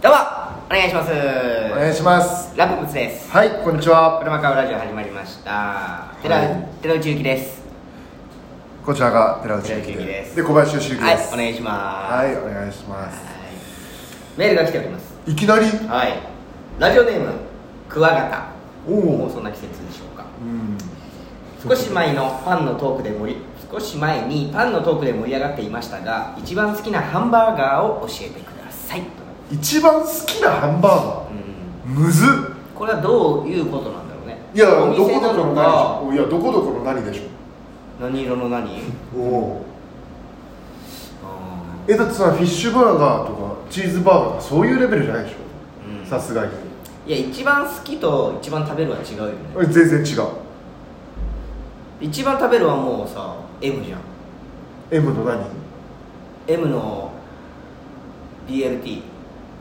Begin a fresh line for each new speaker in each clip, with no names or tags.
どうもお願いします
お願いします
ラップブツです
はいこんにちは
車買うラジオ始まりました寺,、
はい
寺内ゆきです
こちらが寺内ゆき
寺内ゆきです
で小林修之
はい
です
お願いします、
は
はい
いお願いします
メールが来ております
いきなり
はいラジオネームクワガタ
お
もう
お
そんな季節でしょうか
うん
少し前のパンのトークで盛り少し前にパンのトークで盛り上がっていましたが一番好きなハンバーガーを教えてください
一番好きなハンバ
うん
ーガーむずっ
これはどういうことなんだろうね
いや
お
どこ
店
ど
な
こ
のか
の何でしょいやどこどこの何でしょ
何色の何
おおえだってさフィッシュバーガーとかチーズバーガーとかそういうレベルじゃないでし
うん
ょさすがに
いや一番好きと一番食べるは違うよね
全然違う
一番食べるはもうさ M じゃん
M の何
M の BLTBLT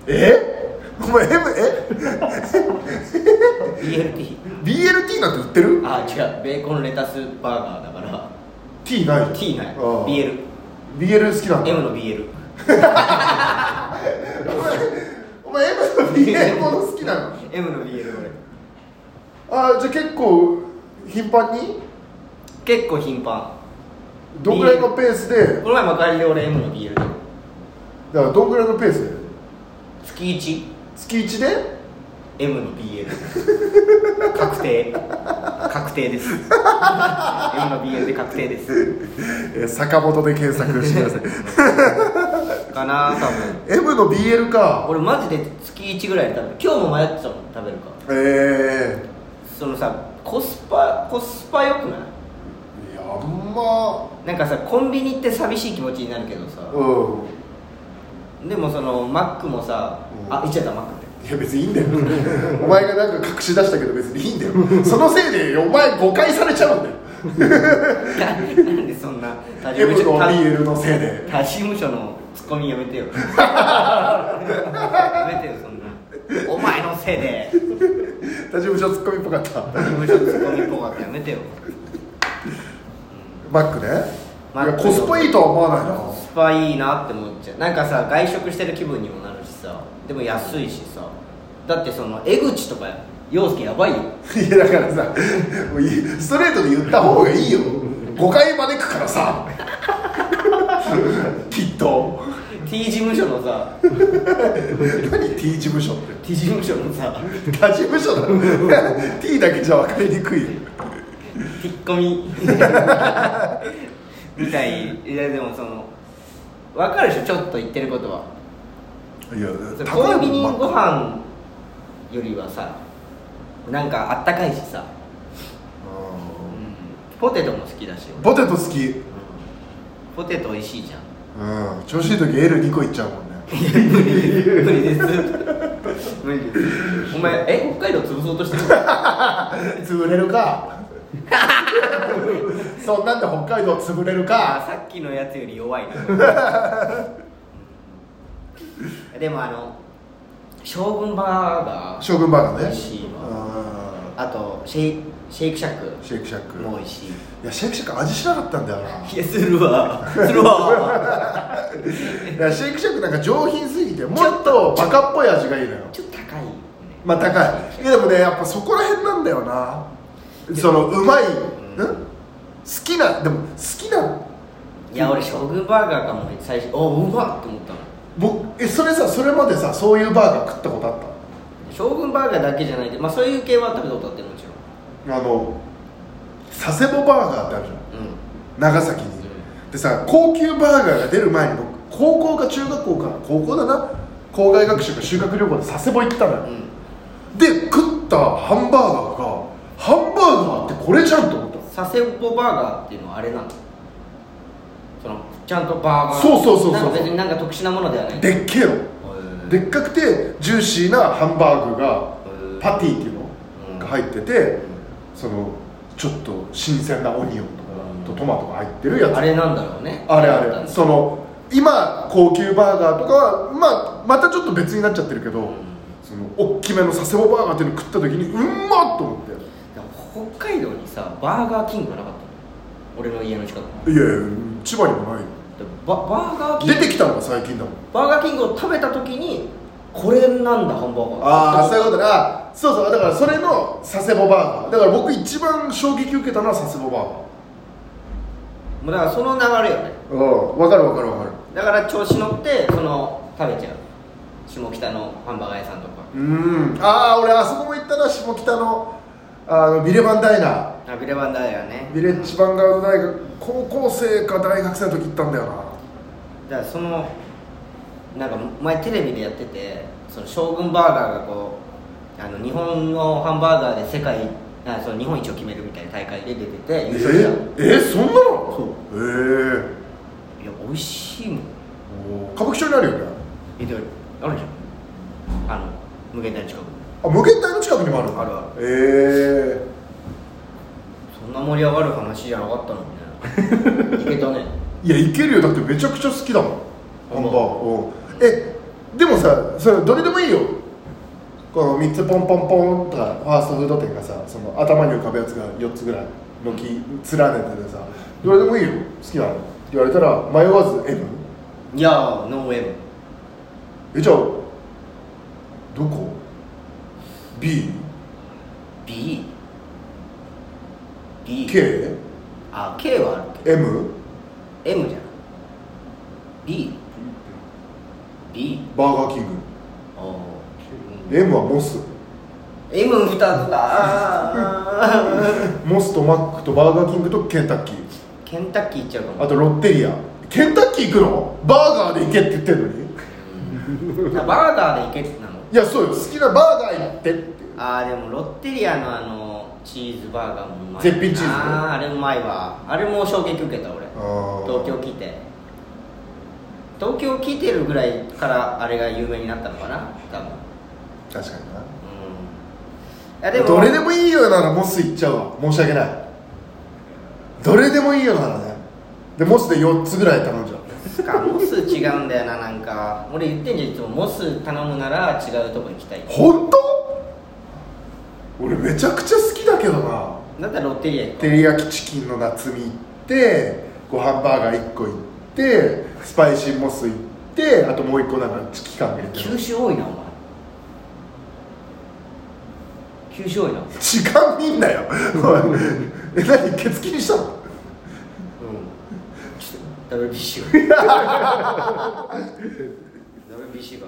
えお前 M え BLT なんて売ってる
あ違うベーコンレタスバーガーだから
T ない
T ない
あー
BLM
BL 好きなんだ
の BL
お前お前 M の BL もの好きなの
M の BL 俺
あじゃあ結構頻繁に
結構頻繁
どんぐらいのペースで
この前幕張で俺 M の BL だ
だからどんぐらいのペースで
月 1M
月1で
の BL 確定確定です M の BL で確定です
えー坂本で検索して ください
かな多分
M の BL か
俺マジで月1ぐらいで食べる今日も迷ってたもん食べるか
え
そのさコスパコスパ良くない
ー、いやあんま
なんかさコンビニって寂しい気持ちになるけどさ
うん
でもそのマックもさ、
うん
あ言っちゃったマックって
いや別にいいん だよお前がなんか隠し出したけど別にいいんだよそのせいでお前誤解されちゃうんだよ
ななんでそんな他
M の
他
BL のせいで
他事務所のツッコミやめて よやめてよそんなお前のせいで
他事務所ツッコミっぽかった
他事務所のツッコミっぽかったやめてよ
マックね
マッ
い
ク
やコスパいいとは思わないな
スパいいなって思っちゃうなんかさ外食してる気分にもなるしさでも安いしさだってその江口とか洋介やばいよ
いやだからさもういいストレートで言った方がいいよ誤解招くからさきっと
T 事務所のさ
何 T 事務所って
T 事務所のさ
他事務所だ ろ T だけじゃ分かりにくいよ
引っ込み みたいいやでもその分かるでしょちょっと言ってることはい
や高
コ
いもん
ンビニ
マ
ご
ッ
飯よりはさなんかあったかいしさ、
ク
うんポテトも好きだし
うん
俺
ポテト好き
ポテト美味しいじゃん
うん調子いい時 L2 個いっちゃうもんね
無理です無理ですお前え北海道潰そうとしてる
潰れるか そんなんで北海道潰れる
あ
か
さっきのやつより弱いなでもあの将軍バーガー
将軍バーガー
美
ね
味しいわ
う
あとシェイシェイクシャッ
ん
ク
シェイクシャック
も美味しい
いやシェイクシャック味しなかったんだよない
やするわするわ
いやシェイクシャックなんか上品すぎてもっとバカっぽい味がいいのよ
ちょっと高いよね
まあ高いいやでもねやっぱそこら辺なんだよなそのうまい、ん、好きなでも好きない
や俺将軍バーガーかも最初おうまっって思ったの
僕えそれさそれまでさそういうバーガー食ったことあっ
将軍バーガーだけじゃないでまあそういう系は食べたことあってもちろ
たあの佐世保バーガーってあるじゃん
んうん
長崎にでさ高級バーガーが出る前に僕高校か中学校か高校だな校外学習か修学旅行で佐世保行ったのよ、
うん
で食ったハンバーガーがハンバーガーってこれじゃんと思ったの
佐世保バーガーっていうのはあれなのそのちゃんとバーガー
そうそうそうそう
なんか別になんか特殊なものではない
でっけえの
へー
でっかくてジューシーなハンバーグが
うん
パティっていうの
うん
が入ってて、そのちょっと新鮮なオニオンとかと
うん
トマトが入ってるやつ
あれなんだろうね
あれ
だった
あ
ん
れ
だ
その今高級バーガーとかは、まあ、またちょっと別になっちゃってるけど、その大きめの佐世保バーガーっていうの食った時にうんまっと思って
でも北海道にさバーガーキングがなかったの俺の家の近くに
いやいや千葉にもないよ
でもババーガーキング
出てきたのが最近だもん
バーガーキングを食べた時にこれなんだハンバーガー
ああそういうことだそうそうだからそれの佐世保バーガーだから僕一番衝撃受けたのは佐世保バ
もうだからその流れよね
ーガーうん分かる分かる分かる
だから調子乗ってその食べちゃう下北のハンバーガー屋さんとか
うんああ俺あそこも行ったな下北のあのビレバンダイナー
あビレバンダイヤね
ビレッジヴァンガード大学高校生か大学生の時行ったんだよな
だからそのなんか前テレビでやっててその将軍バーガーがこうあの日本のハンバーガーで世界あその日本一を決めるみたいな大会で出てて優勝したいや
えそんなのそうへ
美味しいもん
え歌舞伎町にあるよね
えであるじゃんあの無限大の近く
あ無限大の近くにもあるの
あるあ
へえ
そんな盛り上がる話じゃなかったのにねいけたね
いや行けるよだってめちゃくちゃ好きだもんハンバーガーうんえでもさそれどれでもいいよこの3つポンポンポンとかファーストフード店がさその頭に浮かぶやつが4つぐらい軒連ねててさどれでもいいよ好きなのって言われたら迷わず M?
いやーノーウェブ
えじゃあどこ ?BK?
B B あ K はある
M?
けど M じゃん B B
バーガーキン
お
グ M はモス
M 二つだ
モスとマックとバーガーキングとケンタッキー
ケンタッキー行っちゃうかも
あとロッテリアケンタッキー行くのバーガーで行けって言ってんのに
あバーガーで行けってなの
いやそうよ好きなバーガー行ってって
あーでもロッテリアのあのチーズバーガーもうまいな
絶品チーズ
あーあれうまいわあれも衝撃受けた俺東京来て東京来てるぐらいからあれが有名になったのかな多分
確かにな
うんいやでも
どれでもいいよならモス行っちゃうわ申し訳ないどれでもいいよならねでモスで4つぐらい頼んじゃう
つかモス違うんだよななんか俺言ってんじゃんいつもモス頼むなら違うとこ行きたいって
本当俺めちゃくちゃ好きだけどな
だったらロッテリア行こ
照り焼きチキンの夏見行ってご飯バーガー1個行ってスパイシーモス行ってあともう1個なんか期間入れ
う
てる
九州多いなお前九州多いなうん
時間見んなよおいえ何ケツ切りしたの
ちょっと WBC が WBC が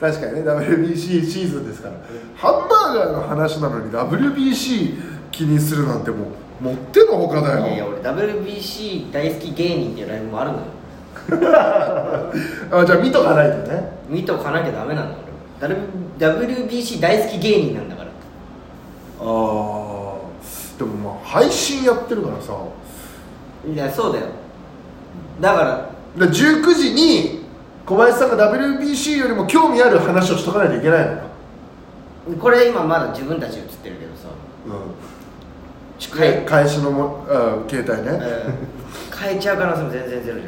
確かにね WBC シーズンですからハンバーガーの話なのに WBC 気にするなんてもうもってのほかだよ
いやいや俺 WBC 大好き芸人っていうライブもあるのよ
あじゃあ見とかないとね
見とかなきゃダメなんだ俺 W- WBC 大好き芸人なんだから
ああでもまあ配信やってるからさ
いやそうだよだから
で19時に小林さんが WBC よりも興味ある話をしとかないといけないのか、
これ今まだ自分たち映ってるけどさ
うん
変え,、
開始のも、うん携帯ね、
変えちゃう可能性も全然ゼロじゃない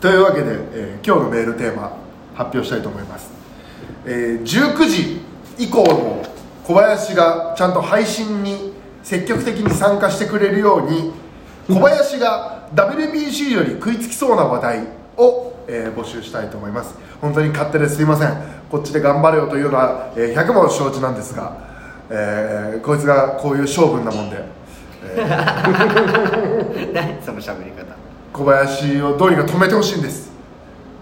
というわけで、えー今日のメールテーマ発表したいと思います、えー19時以降も小林がちゃんと配信に積極的に参加してくれるように小林が WBC より食いつきそうな話題を、えー募集したいと思います本当に勝手ですいませんこっちで頑張れよというのは、えー100も承知なんですが、えーこいつがこういう勝負なもんで
何その喋り方
小林をどうにか止めてほしいんです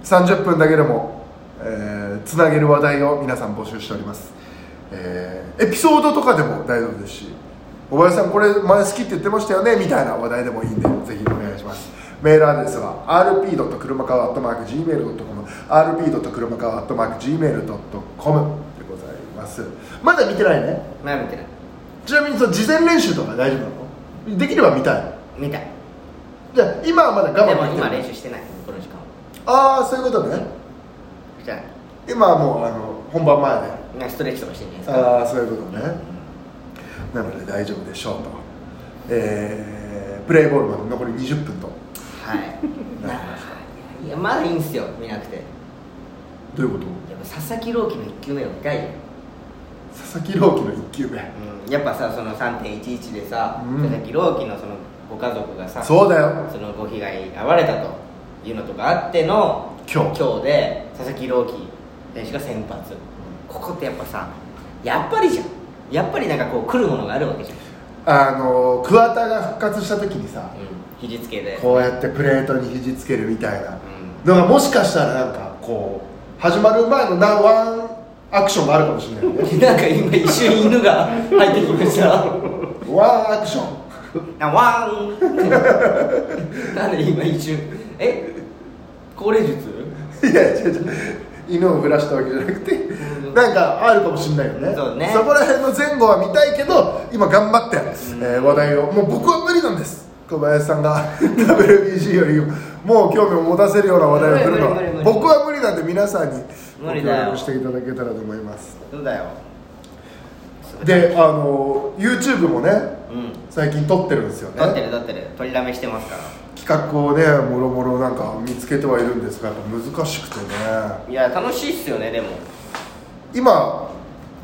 30分だけでも、えーつなげる話題を皆さん募集しております、えーエピソードとかでも大丈夫ですし小林さんこれ前好きって言ってましたよねみたいな話題でもいいんでぜひお願いしますメールアドレスは rp. 車川 .gmail.com rp. 車川 .gmail.com でございますまだ見てないね
前見てない
ちなみにその事前練習とか大丈夫なのできれば見たい
見たい
じゃあ今はまだ
で
我慢
も
できて
今
る
練習してないこの時間は
ああそういうことね
じゃ
今はもうあの本番前で
あストレッチとかしてんじゃないですか
ああそういうことねなので大丈夫でしょうとえー、プレーボールまで残り20分と
はいいやまだいいんすよ見なくて
どういうこと
やっぱ佐々木朗希の1球目を見たいよ、
佐々木朗希の1球目
うん、やっぱさその3.11でさ、
うん
佐々木朗希のそのご家族がさ
そうだよ
そのご被害に遭われたというのとかあっての
今日
今日で佐々木朗希選手が先発ここってやっぱさやっぱりじゃんやっぱりなんかこう来るものがあるわけじゃん、
あの桑田が復活した時にさ
うん、肘つけで
こうやってプレートに肘つけるみたいな
う
だからもしかしたらなんかこう始まる前のなワンアクションがあるかもしれないよね
なんか今一瞬犬が入ってきました
ワンアクション
あワーンなんで今一瞬え高齢術
いや違う違う犬を振らしたわけじゃなくてなんかあるかもしれないよね
そうね
こら辺の前後は見たいけど今頑張って、えー話題をもう僕は無理なんです小林さんが WBC よりもう興味を持たせるような話題を振るの
無理無理無
は
理無理
僕は無理なんで皆さんにご
無
協
理だよ
力していただけたらと思います
そうだよ
であの YouTube もね
うん
最近撮ってるんですよね
撮ってる撮ってる取りだめしてますから
企画をねもろもろなんか見つけてはいるんですがやっぱ難しくてね
いや楽しいっすよねでも
今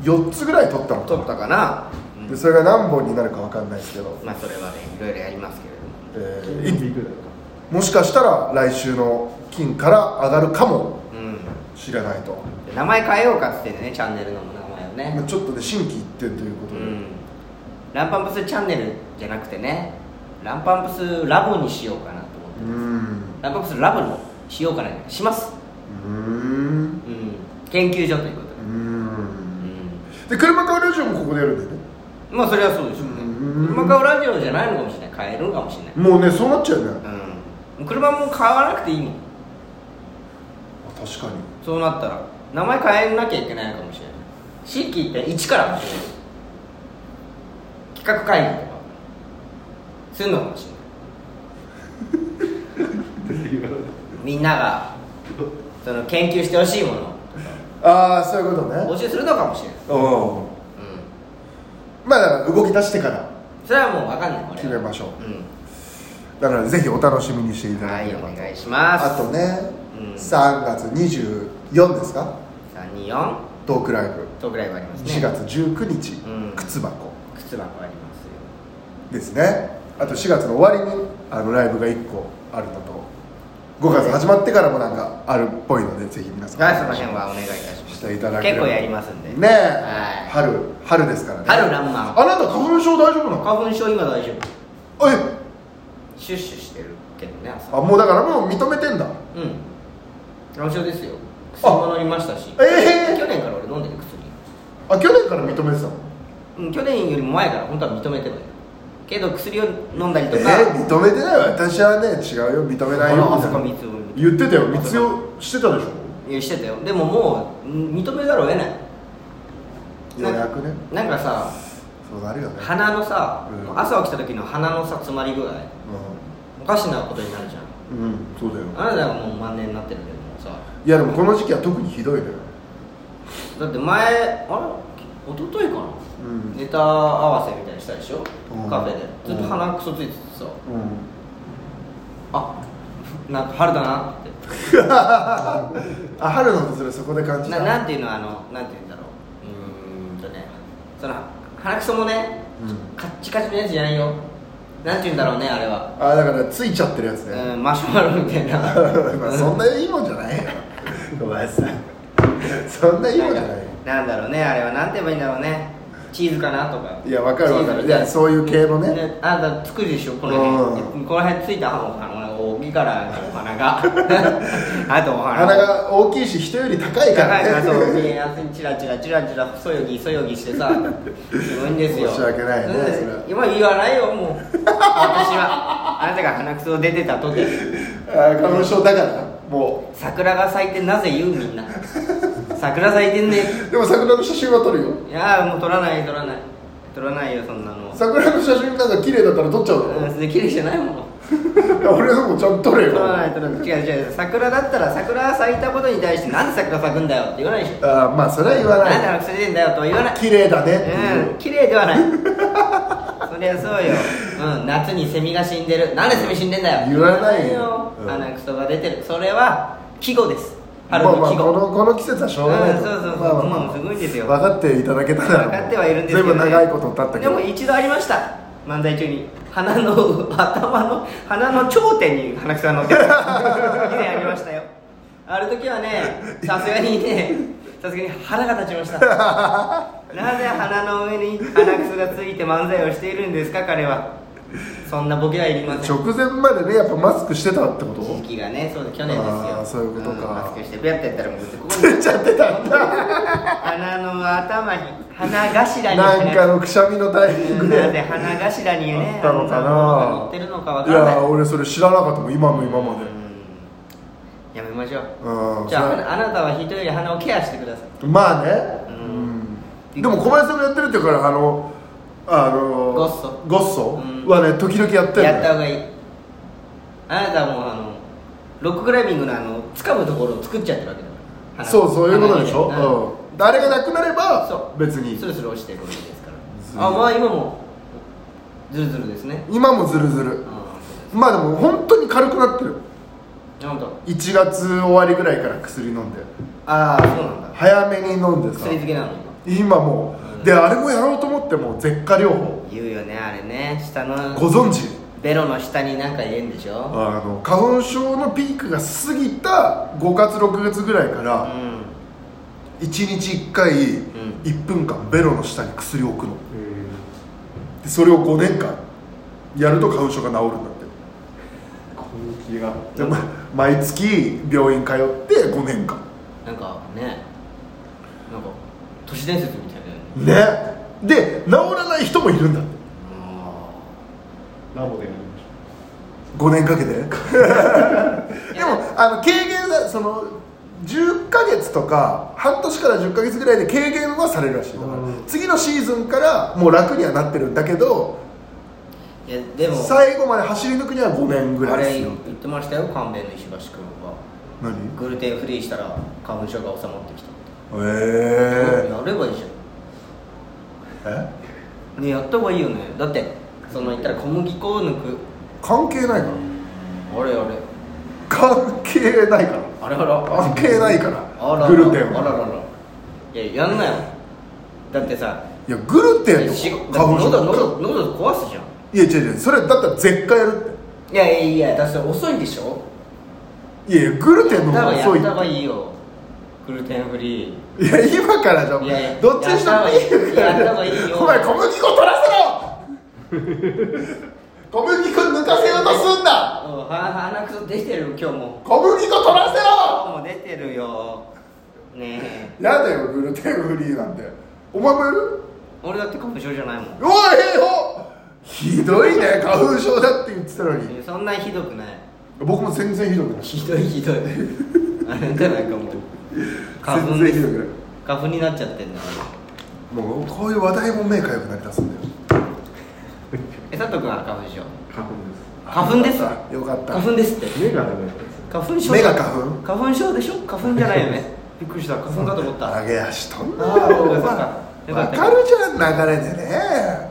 4つぐらい撮ったのか
撮
な
ったかな、うん
でそれが何本になるかわかんないですけど、
まあそれはねいろいろやりますけれども
えー
金曜日ぐらい
もしかしたら来週の金から上がるかも
うん
しれないと、
で名前変えようかっつってねチャンネルの名前を
まあ
ね
ちょっとね新規一点というこ
う
とで、
んランパンプスチャンネルじゃなくてねランパンプスラボにしようかなと思って
うーん
ランパンプスラボにしようかなします
うーん
うん研究所ということで
うーん
う
で車買うラジオもここでやるんだよね
んまあそれはそうでしょうね
うん
車買うラジオじゃないのかもしれない買えるのかもしれない
もうねそうなっちゃうよね
うん車も買わなくていいもん
あ確かに
そうなったら名前変えなきゃいけないのかもしれない新規って1からかもしれない企画会議とかするのかもしれないみんながその研究してほしいもの
ああそういうことね
を募集するのかもしれない、
うん
う
まあだから動き出してから
ん、それはもう分かんないこれは
決めましょう
うん
だからぜひお楽しみにしていた
は
だけ
い
れ
お
ばと、
願いします
あとね、
うん
3月24ですか
324
トークライブ
とぐらいはありますね
4月19日、
うん
靴箱
靴箱ありますよ
ですねあと4月の終わりにあのライブが1個あるのと5月始まってからもなんかあるっぽいのでぜひ皆さん
はいその辺はお願いいたします
していただけれ
結
ば
構やりますんで
ね
は
え
い
春春ですからね
春らんまん
あなた花粉症大丈夫なの
花粉症今大丈夫
え
シュッシュしてるけどね朝
あもうだからもう認めてんだ
うん花粉症ですよ薬も飲みましたし
ええ
去年から俺飲んでる薬
あ去年から認めてたの
うん去年よりも前から本当は認めてないけど薬を飲んだり
え
とか、
ー、認めてない私はね違うよ認めないよ
あ
み
そ
た
こ
いな
三つ折り
言ってたよ密用してたでしょ
いやしてたよでももうん認めざるを得ない
予約ね
なんかさ
そうなるよね
鼻のさ、
うん
朝起きた時の鼻のさ詰まり具合おかしなことになるじゃん
うん、うん、そうだよ
あなたがもう万年になってるけどもさ
いやでもこの時期は特にひどいのよ
だって前あれ一昨日かな、
うん
ネタ合わせみたいにしたでしょ、
うん
カフェでずっと鼻くそついててさ、あなんか春だなって
あ春の訪れそこで感じた
ななんていうのあのなんていうんだろううーんとねその鼻くそもね、
うん
カッチカチのやつじゃないよなんていうんだろうねあれは、
あだからついちゃってるやつね、
うん、マシュマロみたいな
まあそんないいもんじ ゃないよ小林さんそんないいもんじゃないよ
なんだろうねあれはなんて言えばいいんだろうねチーズかなとか
いやわかるわかる
チーズみた
いやそういう系のね
あなたつくでしょこの辺、
う
この辺ついたお花大からお花 があとお花
鼻が大きいし人より高いからね
高いからそう見えやすいチラチラチラチラそよぎそよぎしてさすごいんですよ
申し訳ないね
ん
それは
今言わないよ もう私はあなたが鼻くそ出てたとて
あ花粉症だからも
桜が咲いてなぜ言うみんな桜咲いてんね
うでも桜の写真は撮るよ
いやーもう撮らない撮らない撮らないよそんなの
桜の写真なんか綺麗だったら撮っちゃう
うんそれ綺麗じゃないもん
の、よ俺のもちゃんと撮れ
撮
よ
らない撮らない違う違う桜だったら桜咲いたことに対してなんで桜咲くんだよって言わないでしょ
あまあそれは言わな
なんで
い
鼻くそ出てんだよとは言わない
綺麗だねっていう
うん綺麗ではないそりゃそうよ、うん、夏にセミが死んでるなんでセミ死んでんだよ
言わないようん
鼻くそが出てるそれは季語です春
まあま
の
あ
季
こ
語、
のこの季節はしょうがないと、
うんそうそうそう
まあまあま
も
あ
うすごいんですよ
分かっていただけたなら
分かってはいるんですけど、
随分長いこと経ったけど
でも一度ありました漫才中に鼻の 頭の鼻の頂点に鼻 くそが乗ってた以前ありましたよある時はねさすがにねさすがに腹が立ちましたなぜ鼻の上に鼻くそがついて漫才をしているんですか彼はそんなボケはいりません
直前までねやっぱマスクしてたってこと
時期がねそうだ去年です
あー
よ
そういうことか
んマスクしてペッてやったらもうここ
つ
に
いちゃってたんだ
鼻の頭に鼻 頭に
なんかのくしゃみのタイミン
う
グ
ん
で
なぜ鼻頭にね
あったのか
あ
な
ん乗ってるのかわ
い
からない
や俺それ知らなかったもん今の今まで
うんやめましょう
うん
じゃああなたは人より鼻をケアしてください
まあね、
う
うんでも小林さんがやってるっていうからあのあの
ゴッソ
ゴッソ
うん
はね時々やってる
やった方がいいあなたはもうあのロッククライミングのあの掴むところを作っちゃってるわけだから
そうそういうことでし
鼻にね
ょ、うん、あれがなくなれば
そう
別に
スルスル落ちてるわけですか
ずるい
らあまあ今もズルズルですね
今もズルズル
あ
まあでも本当に軽くなってる
あ本当
1月終わりぐらいから薬飲んで
ああそうなんだ
早めに飲んでさ
薬漬けなの今
今も
うん
うであれもやろうと思ってもう舌下療法
言うよねあれね下の
ご存知
ベロの下になんか入れんでしょ
あの花粉症のピークが過ぎた5月6月ぐらいか
う
ら
ん
1日1回
ん
1分間ベロの下に薬を置くのでそれを5年間やると花粉症が治るんだって
根気が
でま毎月病院通って5年間
なんかねなんか都市伝説みたいだよね
ねで治らない人もいるんだって
ラボでやりまし
5年かけて でもあの軽減はその10ヶ月とか半年から10ヶ月ぐらいで軽減はされるらしいだから
うん
次のシーズンからもう楽にはなってるんだけど
いやでも
最後まで走り抜くには5年ぐ
あ
らいで
れ
すよ
言ってましたよ神戸の石橋君は
何
グルテンフリーしたら花粉症が収まってきた
え
やればいいじゃ
ー、え
んねやった方がいいよねだってその言ったら小麦粉を抜く
関係ないから
あれあれ
関係ないから
あれあら
関係ないから
あら
グルテン
あらら
は
らいややんなよだってさ
いやグルテンと
仕事
花粉症
喉喉喉壊すじゃん
いや違う違うそれだったら絶対やるって
いやいやいやだってそれ遅いんでしょ
いやいやグルテンの方が遅
や
い
った方がいいよグルテンフリー
いや今からじゃん
いやいや
どっちにしてもいいから
やった方がいいやった方がいいよ
お前小麦粉取ら せろ小麦粉抜かせようとすんな
うんは鼻くそ出てる今日も
小麦粉取らせろ
今日も出てるよねえ
やだよグルテンフリーなんてお前もやる
俺だって花粉症じゃないもん
おいおひどいね花粉症だって言ってたのに
そんなひどくない
僕も全然ひどくない
ひどいひどいあれじゃないかもう花粉
全然ひどくない
花粉になっちゃってんだ
もうこういう話題も目かゆくなりだすんだよ
え佐藤君は花粉症
た花粉です
花粉です
よかったよかった
花粉ですって
目がダメなんですよ
花粉症
目が花粉
花粉症でしょ花粉じゃないよねびっくりした花粉かと思った
揚げ足とんな
あーそうかそうかよか
わ
った
かるじゃん流れでね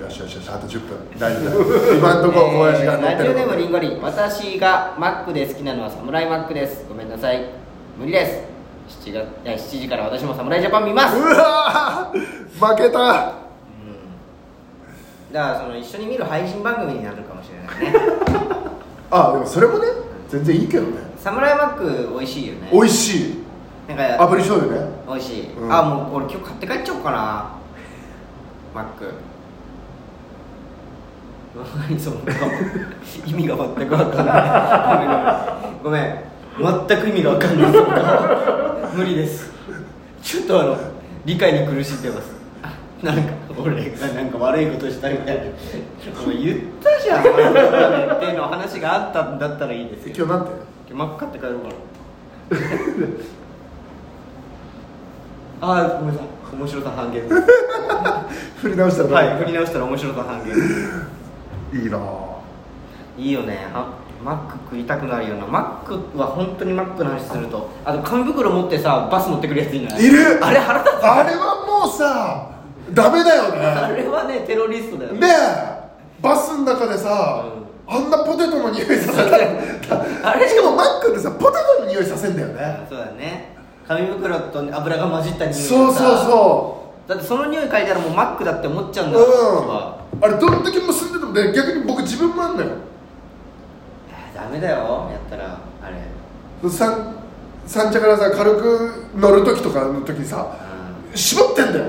よしよしよしあと10分大丈夫だ今んとこ小林が乗
えーラ
って
ジ
る
オネームリンゴリン私がマックで好きなのはサムライマックですごめんなさい無理です7月いや7時から私もサムライジャパン見ます、う
う
ん、
わー負けた
だからその一緒に見る配信番組になるかもしれ ないね
あでもそれもね全然いいけどね
サムライマック美味しいよね
美味しい
なんか
炙り醤油ね
美味しい、
うん
あもう俺今日買って帰っちゃおうかなマック何その顔 意味が全く分かんないごめん全く意味が分かんないその顔無理ですちょっとあの理解に苦しんでますなんか俺がなんか悪いことしたみたいなお前言ったじゃんお前っていうの話があったんだったらいいです
え
よ
今日なんて
マック買って帰ろうかなあーごめんなさい面白さ半減
振り直したら
はい振り直したら面白さ半減
いいなぁ
いいよねはマック食いたくなるよなマックは本当にマックの話するとあと紙袋持ってさバス乗ってくるやついない
いる
あれ腹立つ
あれはもうさダメだ
あ
よね
れはねテロリストだよ
ねえバスの中でさ、あんなポテトの匂いさせた
あれ
しかもマックでさポテトの匂いさせんだよね
そうだね紙袋と油が混じった匂いがさ
そうそうそう
だってその匂い嗅いだらもうマックだって思っちゃうんだ
う
僕
ん
は
あれどんだけ結んでてもね逆に僕自分もあんだよ
いやダメだよやったらあれ
3三茶からさ軽く乗る時とかの時にさ絞ってんだよ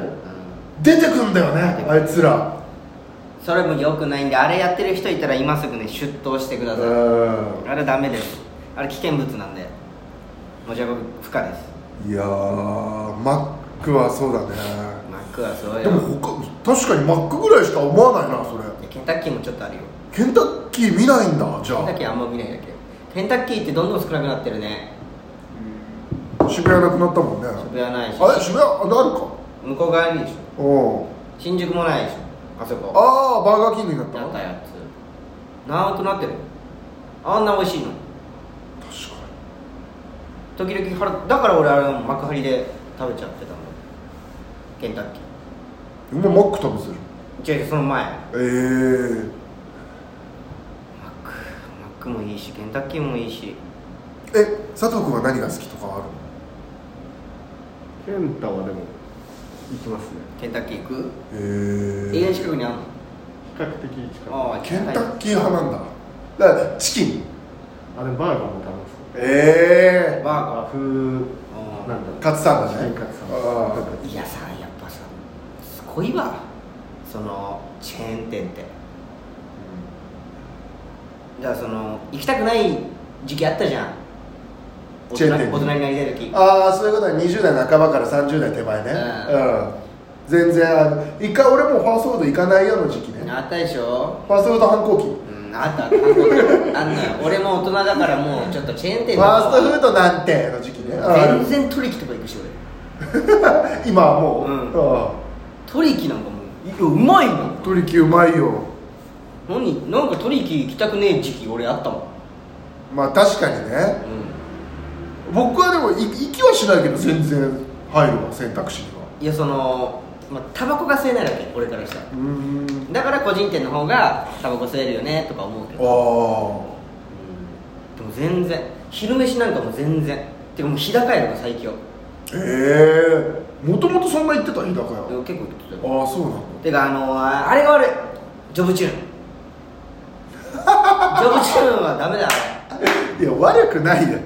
出てくんだよねあいつら
それも良くないんであれやってる人いたら今すぐね出頭してください、
う
あれダメですあれ危険物なんで持ち運び不可です
んいやーマックはそうだね
マックはそうよ
でも他確かにマックぐらいしか思わないなそれ
ケンタッキーもちょっとあるよ
ケンタッキー見ないんだじ
ケン
ゃ
タッキーあんま見ないだけケンタッキーってどんどん少なくなってるね
あ渋谷なくなったもんね
渋谷ないし
あれ渋谷あれあるか
向こう側にでしょ
うん
新宿もないでしょあそこ
ああバーガーキングになった
な
の
ん
確
か
か
やつ長くなってるあんな美味しいの時々腹だから俺あれ幕張で食べちゃってたのケンタッキ
に今マック食べてる
ー違う違うその前マッ
ええ
クマックもいいしケンタッキーもいいし
え佐藤君は何が好きとかある
ケンタはでも行きますね
ケンタッキー行く
の
家
え
の近くにあんの
比較的近い
ああ
ケンタ
はい
ッキー派なんだだからチキン
あでもバーガーも食べます
ええ
バ
和風
ーガ
な
ー
んだ
勝さんだ
チキ
ね
ンカツさん
あ
いやさやっぱさすごいわそのチェーン店ってだからその行きたくない時期あったじゃん大
チ
人
ェーン店に
大人になりたい時
あああそういうことね20代半ばから30代手前ね
う
うん全然あの一回俺もファーストフード行かないような時期ね
あったでしょ
ファーストフード反抗期
うんあったあったあんのよ俺も大人だからもうちょっとチェーン店
ファーストフードなんての時期ねうん
全然取引とか行くし俺
今はも
う
う
ん
うん
取引なんかもういやうまいの
鳥木うまいよ
何なんか取引行きたくねえ時期俺あったもん
まあ確かにね
う
僕はでもい行きはしないけど全然入るわ選択肢には
んいやそのまあタバコが吸えないだけ俺からしたら
うーん
だから個人店の方がタバコ吸えるよねとか思うけ
あ
ど
あ
でも全然昼飯なんかも全然てかもう日高屋とか最強
ええもともとそんな言ってた日高屋
でも結構行ってたよ
ああそうなんだ
てかあのー、あれが悪いジョブチュー ンジョブチューンはダメだ
いや悪くないよ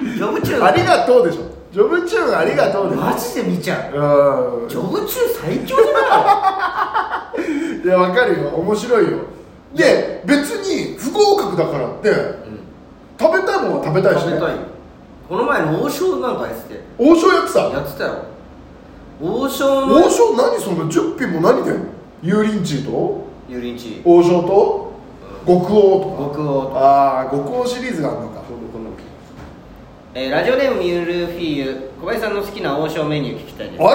ジョブチューン
ありがとうでしょジョブチューンありがとうでしょ
マジで見ちゃう
う
ジョブチューン最強じゃ
んいやわかるよ面白いよで別に不合格だからって
ない、
食べたいものは食べたいし
食べ
ね
たいよこの前の王将なんかやってて
王将やってた
やってたよ王将の
王将何その10品も何だよ油淋鶏と
油淋鶏
王将と極王と
僕を
かああ極王シリーズがあるのか
ちょうどこんなの
えーラジオネームミュルフィーユ小林さんの好きな王将メニュー聞きたいです
あ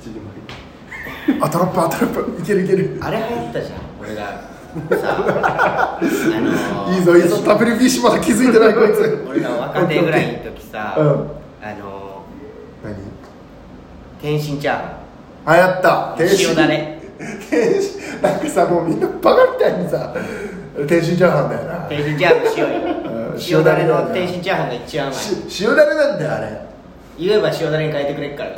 七時前
らアトラップアトラップいけるいける
あれ流行ったじゃん俺がさあのー
いいぞいいぞ WBC まだ気づいてないこいつ
俺が若手ぐらいの時さ、
うん
あの
何
ー天津チャーハ
あやった
ン塩だれ
天津なんかさもうみんなバカみたいにさ天津チャーハンだよな
天津チャーハンの
う
塩よ
ん
塩だれ
塩だれだよ
の
ね
天津チャーハンが一番うまい
し塩だれなんだよあれ
言えば塩だれに変えてくれっから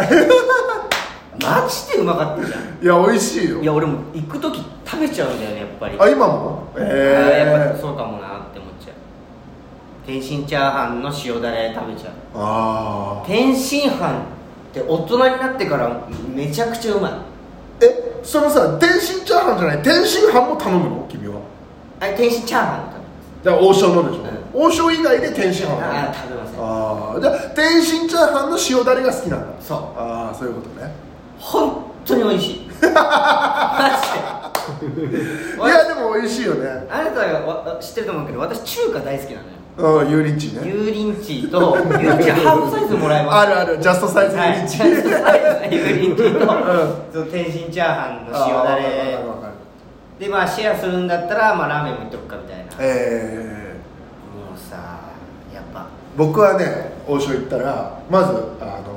マジでうまかったじゃん
いや美味しいよ
いや俺も行く時食べちゃうんだよねやっぱり
あ今も
あーやっ
え
ぱ
え
そうかもなって思っちゃう天津チャーハンの塩だれ食べちゃう
ああ
天津飯って大人になってからめちゃくちゃうまい
えそのさ天津チャーハンじゃない天津飯も頼むの君は
あれ天津チャーハン食
じゃあ王将のでしょ、王将以外で天津
べ
飯
ますあ
な
あ食べません
あーじゃあ天津チャーハンの塩だれが好きなんだ
そう
ああそういうことね
本当に美味しいマジ
い
で俺
やでも美味しいよね
あなたがわ知ってると思うけど私中華大好きなのよ
うん油淋鶏ね
油淋鶏 と油淋鶏ハーフサイズもらえます
あるあるジャストサイズ
はい
油淋
ジャ
鶏、
ストサイズ油淋鶏
う
とその天津チャーハンの塩だ
あーわかるわか
れ
る
でまあシェアするんだったら、まあ、ラーメンもいっとくかみたいなも
え
うさやっぱ
ー、僕はね王将行ったらまずあの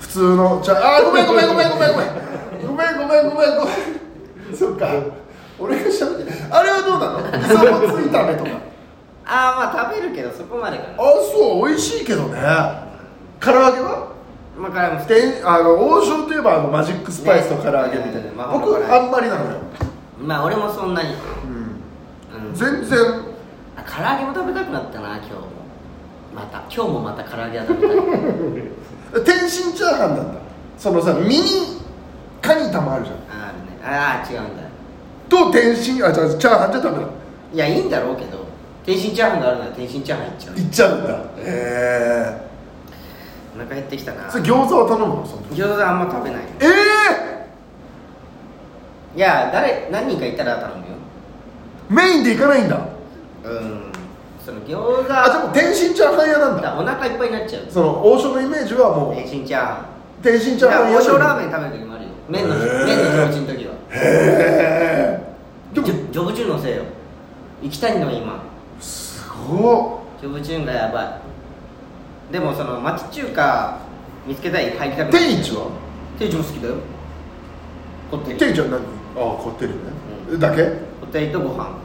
普通のじゃああーごめんごめんごめんごめんごめんごめんごめんごめんごめんそっか俺がしゃべってあれはどうなの磯のついた目とか
ああまあ食べるけどそこまでかな
あそう美味しいけどね唐揚げは
まあ辛いもん
であの王将といえばあのマジックスパイスと唐揚げみたいな、
ねねまあ
僕
まあ
あんまりなのよ、
まあ俺もそんなに、
うん、
うん、
全然
あ唐揚げも食べたくなったな今日も
あ
また今日もまた唐揚げは食べ たい
天津チャーハンなんだそのさミニカニ玉あるじゃん
あるねああ違うんだ
と天津あじゃあチャーハンじゃダメだ
いやいいんだろうけど天津チャーハンがあるなら天津チャーハンいっちゃう
いっちゃうんだへ
お腹減ってきた
え
な
それ餃子は頼むのその時
餃子あんま食べない
ええ
いや誰何人かいたら頼むよ
メインで行かないんだ
うんその餃子
あでも天津チャーハン屋なんだ
お腹いっぱいになっちゃう
その王将のイメージはも
天
う
津チャーハン
天津
じ
チャーハ
ゃ
ン
あ
屋
王将ラーメン食べる時もあるよ麺の
へー
麺の気持ちの時は
へえで
ジ
も
ョジョブチューンのせいよ行きたいの今
すご
ジョブチューンがやばいでもその町中華見つけたい入りた
っ
くない
天一は
定一も好きだよこってり
天一は何ああこってりね、
う
だけ
こってりとご飯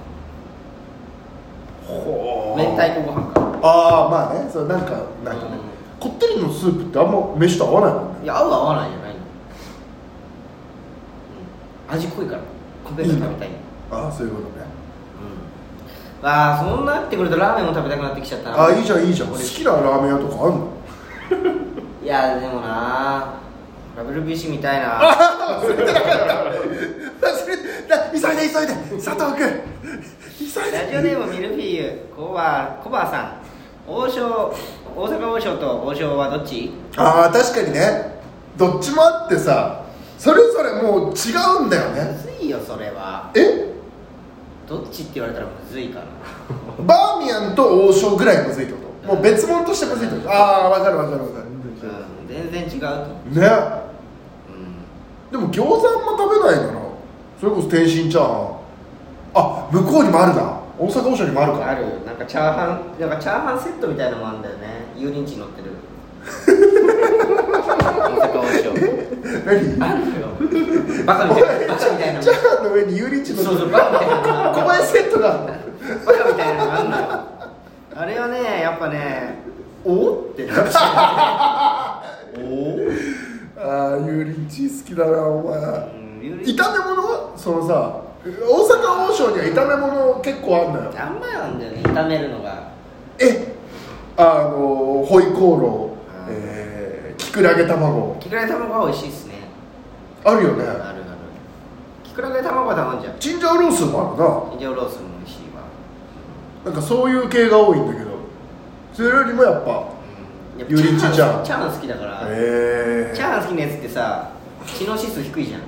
ほ
明太子ご飯か
ああまあねそれなんかないとね、こってりのスープってあんま飯と合わないもんね
いや合う合わないじゃないの、うん、味濃いから米が食べたい
いいああそういうことね
うん、あーそんなってくるとラーメンも食べたくなってきちゃったな
ああいいじゃんいいじゃん好
俺
きなラーメン屋とかあるの
いやでもな WBC みたいな
忘れ急いで急いで佐藤君急い
ラジ
で
オネームミルフィーユコバコバさん王将大阪王将と王将はどっち
ああ確かにねどっちもあってさそれぞれもう違うんだよ
む
ね
ずいよそれは
え
どっちって言われたらむずいかな
バーミヤンと王将ぐらいむずいってこともう別物としてむずいってことああ分かる分かる分か
全然
う
違う
ん全然違うと思う
るねでも餃子あんま食べないからそれこそ天津チャーハンあ向こうにもあるな大阪王将にもある
うん
か
あるなんかチャーハンなんかチャーハンセットみたいなのもあるんだよね油淋鶏乗ってる大阪王将あるのよ
何
バカみたいなバカみたいな
チ
そ
ャーハンの上に油淋
う
鶏の
そうバカみたいな
小林セットがあるの
バカみたいなのがあんのよあれはねやっぱね おーってなっちゃうおー
ああ油淋鶏好きだなお
う
前
ん油
炒め
淋
物はそのさ大阪王将には炒め物結構あんのよ
あんまなんだよね炒めるのが
えあのホイコーロ
あー
ーえーきくらげ卵
きくらげ卵は美味しいっすね
あるよね
あるあるきくらげ卵は頼んじゃう
チンジャオロースもあるな
チンジャオロースも美味しいわ
なんかそういう系が多いんだけどそれよりもやっ
うん
ぱ
やっぱ
油淋鶏チャーハン
チャーハン好きだから、
へ
チャーハン好きなやつってさ知能指数低いじゃん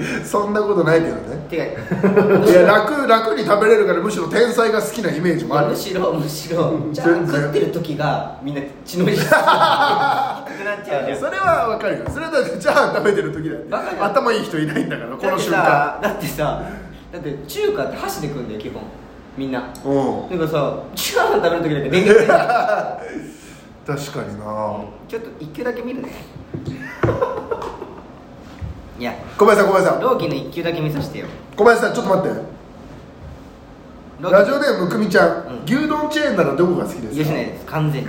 えそんなことないけどね
てか
いや楽楽に食べれるからむしろ天才が好きなイメージもあ
む
る
しろむしろ
ん
チャーハン
全然
食ってる時がみんな知能指数低くなっちゃうじゃん
それはわかるよそれはだってチャーハン食べてる時だよね
バカじゃん
頭いい人いないんだからこ
だっ
の
て
瞬間
さだってさだって中華って箸で食うんだよ基本みんな
うん
なんかさチャーハン食べる時だけ電源入れない
確かにな
ちょっと一球だけ見るね いや
小林さん小林さん
同期の一球だけ見させてよ
小林さんちょっと待って
同期
ラジオネームくみちゃん、
うん
牛丼チェーンならどこが好きですか
吉野家です完全に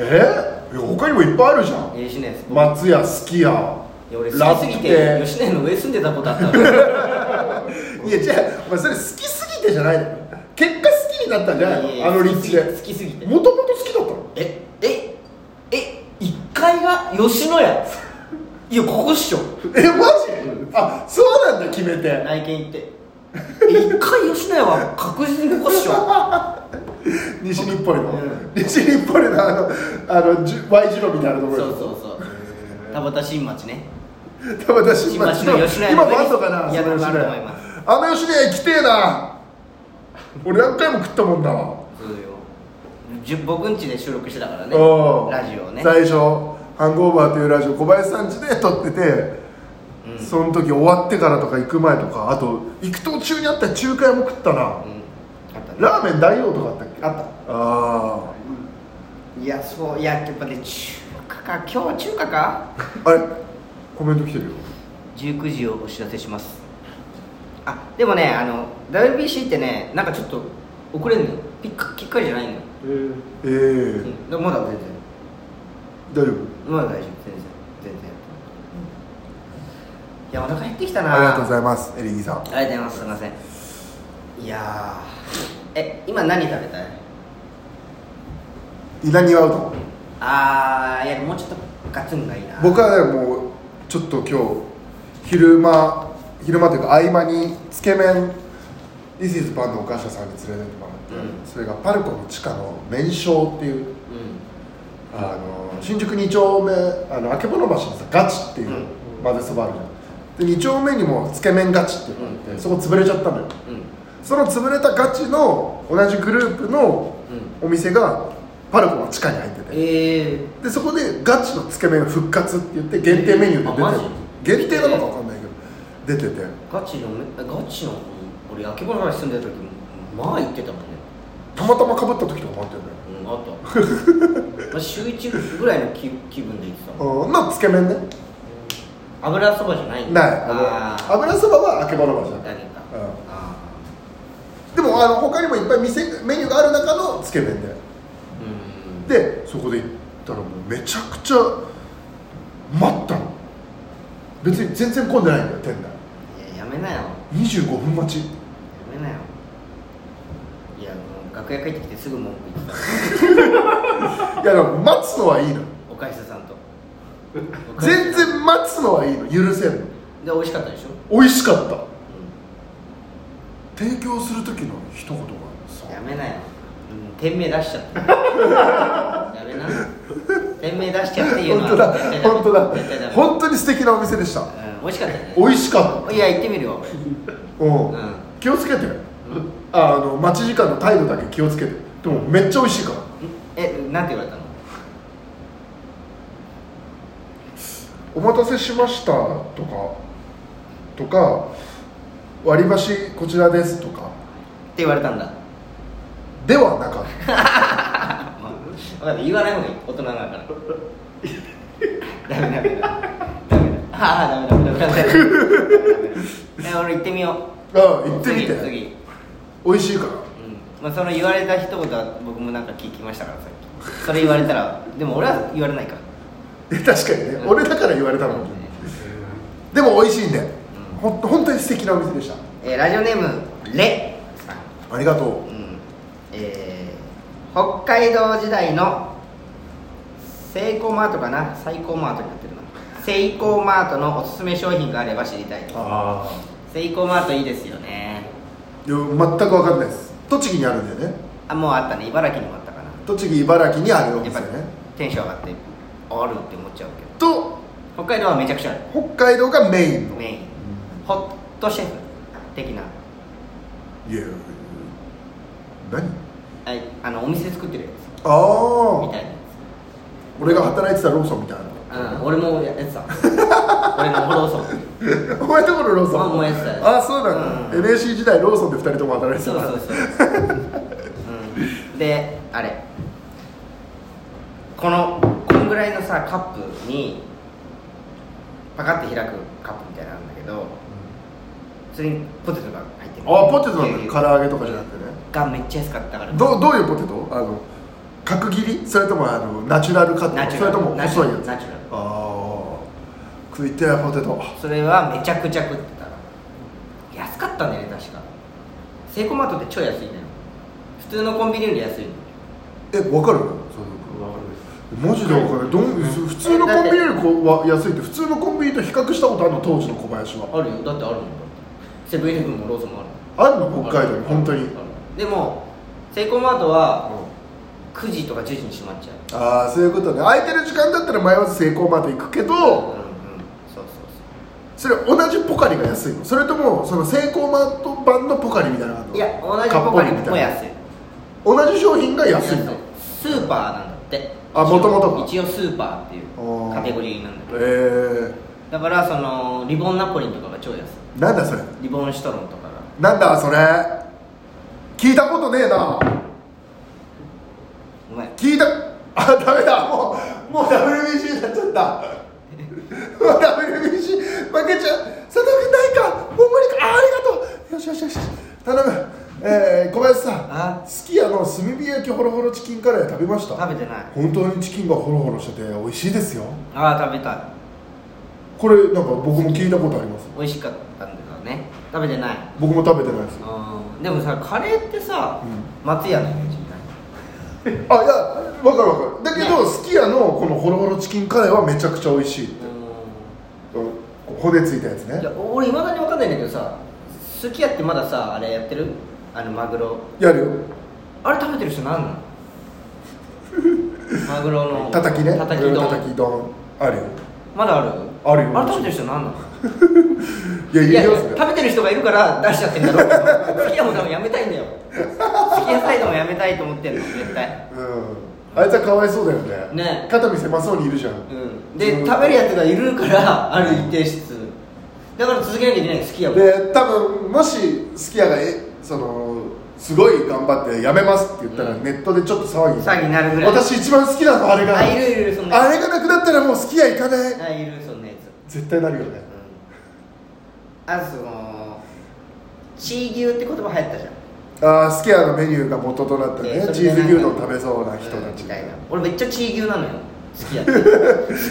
えー、いや他にもいっぱいあるじゃん
吉野家です僕
松屋すき家ラ
いや俺好きすぎて吉野家の上住んでたことあったわ
いや違うお前それ好きすぎてじゃないの結果好きにな ったんじゃないの
いやいや
あの立地
好
で
きすぎて
もともと好きだったの
えええ一階が吉野家 いやここっしょ
えマジ、あそうなんだ決めて
内見行ってえ一階吉野家は確実にここっ しょ
西日暮里の、
うん
西日暮里のあのあのじゅ Y 字路みたいなと
そ
こ
う
ろ
そうそう田畑新町ね
田畑新
新町
町の
の吉野家
今
の上に
もあんのかない
や
その
ある
吉野
と
家
思います
あの吉野家行きてえな俺何回も食ったもんだわ
そうよじゅ僕ん家で収録してたからね
うん
ラジオをね
最初「ハングオーバー」というラジオ小林さん家で撮ってて、
うん
その時終わってからとか行く前とかあと行く途中にあった中華屋も食ったな、
うんあったね
ラーメン大王とかあったっけあ
あった
あ
いやそういややっぱね中華か今日は中華か
ーあれコメント来てるよ
19時をお知らせしますあでもねあの WBC ってねなんかちょっと遅れんのよピッカきっかりじゃないのよ、
えー
ええ
う
ー
ん、でもまだ全然
大丈夫
まだ大丈夫全然全然いやお腹減ってきたな
ありがとうご
い
ざいますエリギーさん
ますありがとうございますすいませんいやーえ今何食べたい
稲庭うどん
あーいやもうちょっとガツンがいいな
僕はねもうちょっと今日昼間昼間というか合間につけ麺 This is パンのお菓子屋さんに連れてってもらって、
うん
それがパルコの地下の麺匠ってい
う
うあの新宿2丁目あのあけぼの橋にさガチっていう
うん
混ぜそばあるじゃんで2丁目にもつけ麺ガチっていうのがあって、
うん
そこ潰れちゃったのよ
んうん
その潰れたガチの同じグループの
うん
お店がパルコの地下に入ってて
えー
でそこでガチのつけ麺復活って言って限定メニュ
あ
ー
マ
で
ジ
出てる限定なのかわかんないけど出てて
ガチのめガチの俺焼き物から住んでた時もまあ行ってたもんね
たまたまかぶった時とかもあってんだよ
うんあった まあ週一ぐらいの気気分で行ってたもん
うんなつけ麺ね
油そばじゃないんだ
ない
あー
油そばはあけぼの橋だ
だけか
うん
あ
でもあの他にもいっぱい店メニューがある中のつけ麺で
ーうん
でそこで行ったらもうめちゃくちゃ待ったの別に全然混んでないんだよ店内
いややめなよや
25分待ち
めなよいやもう楽屋帰ってきてすぐ文句言ってた
いやでも待つのはいいの
おかしさんと
全然待つのはいいの許せんの
で美味しかったでしょ、
美味しかった
う
提供する時の一言がさ
ん、やめなよ、うん、店名出しちゃ ったやめな店名出しちゃって言うの
本当
は
だ
絶対ダメ
本当だ
絶対ダメ
本当に素敵なお店でした
うん、美味しかったよね
美味しかっ
いや行ってみるわ俺
たうん、
うん
気をつけてああの待ち時間の態度だけ気をつけてでもめっちゃ美味しいから
えなんて言われたの
お待たせしましたとかとか割り箸こちらですとか
って言われたんだ
ではなかった
あまあ分かんない言わない方がいい大人だからダメダメダメダメだああダメダメダメダメダメえ俺行ってみよ
ああ
う
行ってみ
次次
て
うん
美味しいから
まあ、その言われた一言は僕もなんか聞きましたからさっきそれ言われたらでも俺は言われないから
え確かにね
うん
俺だから言われたのにでも美味しいんで
ん
ほん本当に素敵なお店でし
えーラジオネームレさん
たありがと
うんえー北海道時代のセイコーマートかなサイコーマートになってるなセイコーマートのおすすめ商品があれば知りたい
あ
セイコーマートいいですよね
ういや全く分かんないです栃木にあるんだよね
あもうあったね茨城にもあったかな
栃木茨城にあるお
やっ
店
ぱ
ね
りテンション上がってあるって思っちゃうけど
と
北海道はめちゃくちゃある
北海道がメインの
メインホットシェフ的ない
や何
はいあのお店作ってるやつ
ああ
みたいなや
俺が働いてたローソンみたいな
つうん俺もやって た俺のフォローソン
お前のところローソン
あもうやってたやつ
あそうなんだ、
うん
NAC 時代ローソンで2人とも働いてた
そうそうそう、うん、であれこのこんぐらいのさカップにパカッて開くカップみたいなのあるんだけどそれにポテトが入ってる
あポテトなんだ
牛
ね
乳
唐揚げとかじゃなくてね
がめっちゃ安かったから
どうどういうポテトあの角切りそれともあのナチュラルカッ
ナ
ト
チュ
そ
ラ
れ
ル
とも
ナチュ
細
ラ
い
ル
やつあ
ナチュラル
あ食いてえポテト
それはめちゃくちゃ食ってたら安かったんだよね確かセイコーマートって超安いのよ普通のコンビニより安いの
え分かる
あわかるです
マジで分かるどん普通のコンビニよりこうは安いって普通のコンビニと比較したことあるの当時の小林は
あるよだってあるもんだってセブンイレブンもローソンもある
あるの北海道に本当に
でもセイコーマートは9時とか10時に閉まっちゃう
ああそういうことね空いてる時間だったら迷わず成功まで行くけ
うん
ど
うんそうそう
それ同じポカリが安いのそれともその成功マート版のポカリみたいなのがあ
そ
るの
ういや同じポカリ
カップ
も
みたいな
安い
同じ商品が安いの
スーパーなんだって
あ元々が
一応スーパーっていうカテゴリーなんだけど
え
だからそのリボンナポリンとかが超安い
ー、なんだそれ
リボンシトロンとかが
なんだそれ聞いたことねえな
うまい
聞いたあダメだもうもう WBC になっちゃったもう WBC 負けちゃう佐藤君ないかもう無理かあありがとうよしよしよし頼むえー、小林さ
あ
んすき家の炭火焼きホロホロチキンカレー食べました
食べてない
本当にチキンがホロホロしてて美味しいですよ
ああ食べたい
これなんか僕も聞いたことあります
美味しかったんだけどね食べてない
僕も食べてないです
うんでもさカレーってさ、
う
松屋のイメージない
あいやわかるわかるだけど、
ね
すき家のこのホロホロチキンカレーはめちゃくちゃ美味しいって骨ついたやつね
いや俺いまだに分かんないんだけどさすき家ってまださあれやってるあのマグロ
やるよ
あれ食べてる人 なんなのマグロの
たたきね
たたき
うん
丼
たたき丼あるよ
まだある
あるよ
あれ食べてる人なんなの
いやい
い
る
や
よ
食べてる人がいるから出しちゃってんだろうけど好きやもん多分やめたいんだよ好きやサイドもやめたいと思ってんの絶対
うんあいつはかわいそうだよね
ね
肩身狭そうにいるじゃん、
うんで食べるやつがいるからある一定数だから続けなきゃいけない好きやもん
で多分もしすき家がえそのすごい頑張ってやめますって言ったら、
うん
ネットでちょっと騒ぎ
騒ぎになるぐらい
私一番好きなのあれが
あいるいるいるそんな
あれがなくなったらもうすき家行かない、
あいるそんなやつ
絶対なるよね
うんあとそのチー牛って言葉流行ったじゃん
ああすき家のメニューが元となったね
で
チーズ牛丼
そ
食
れ
べ
で
そうな
なんか
人
う
た
んみ
ち
たいな俺めっちゃチー牛なのよ好 きやって好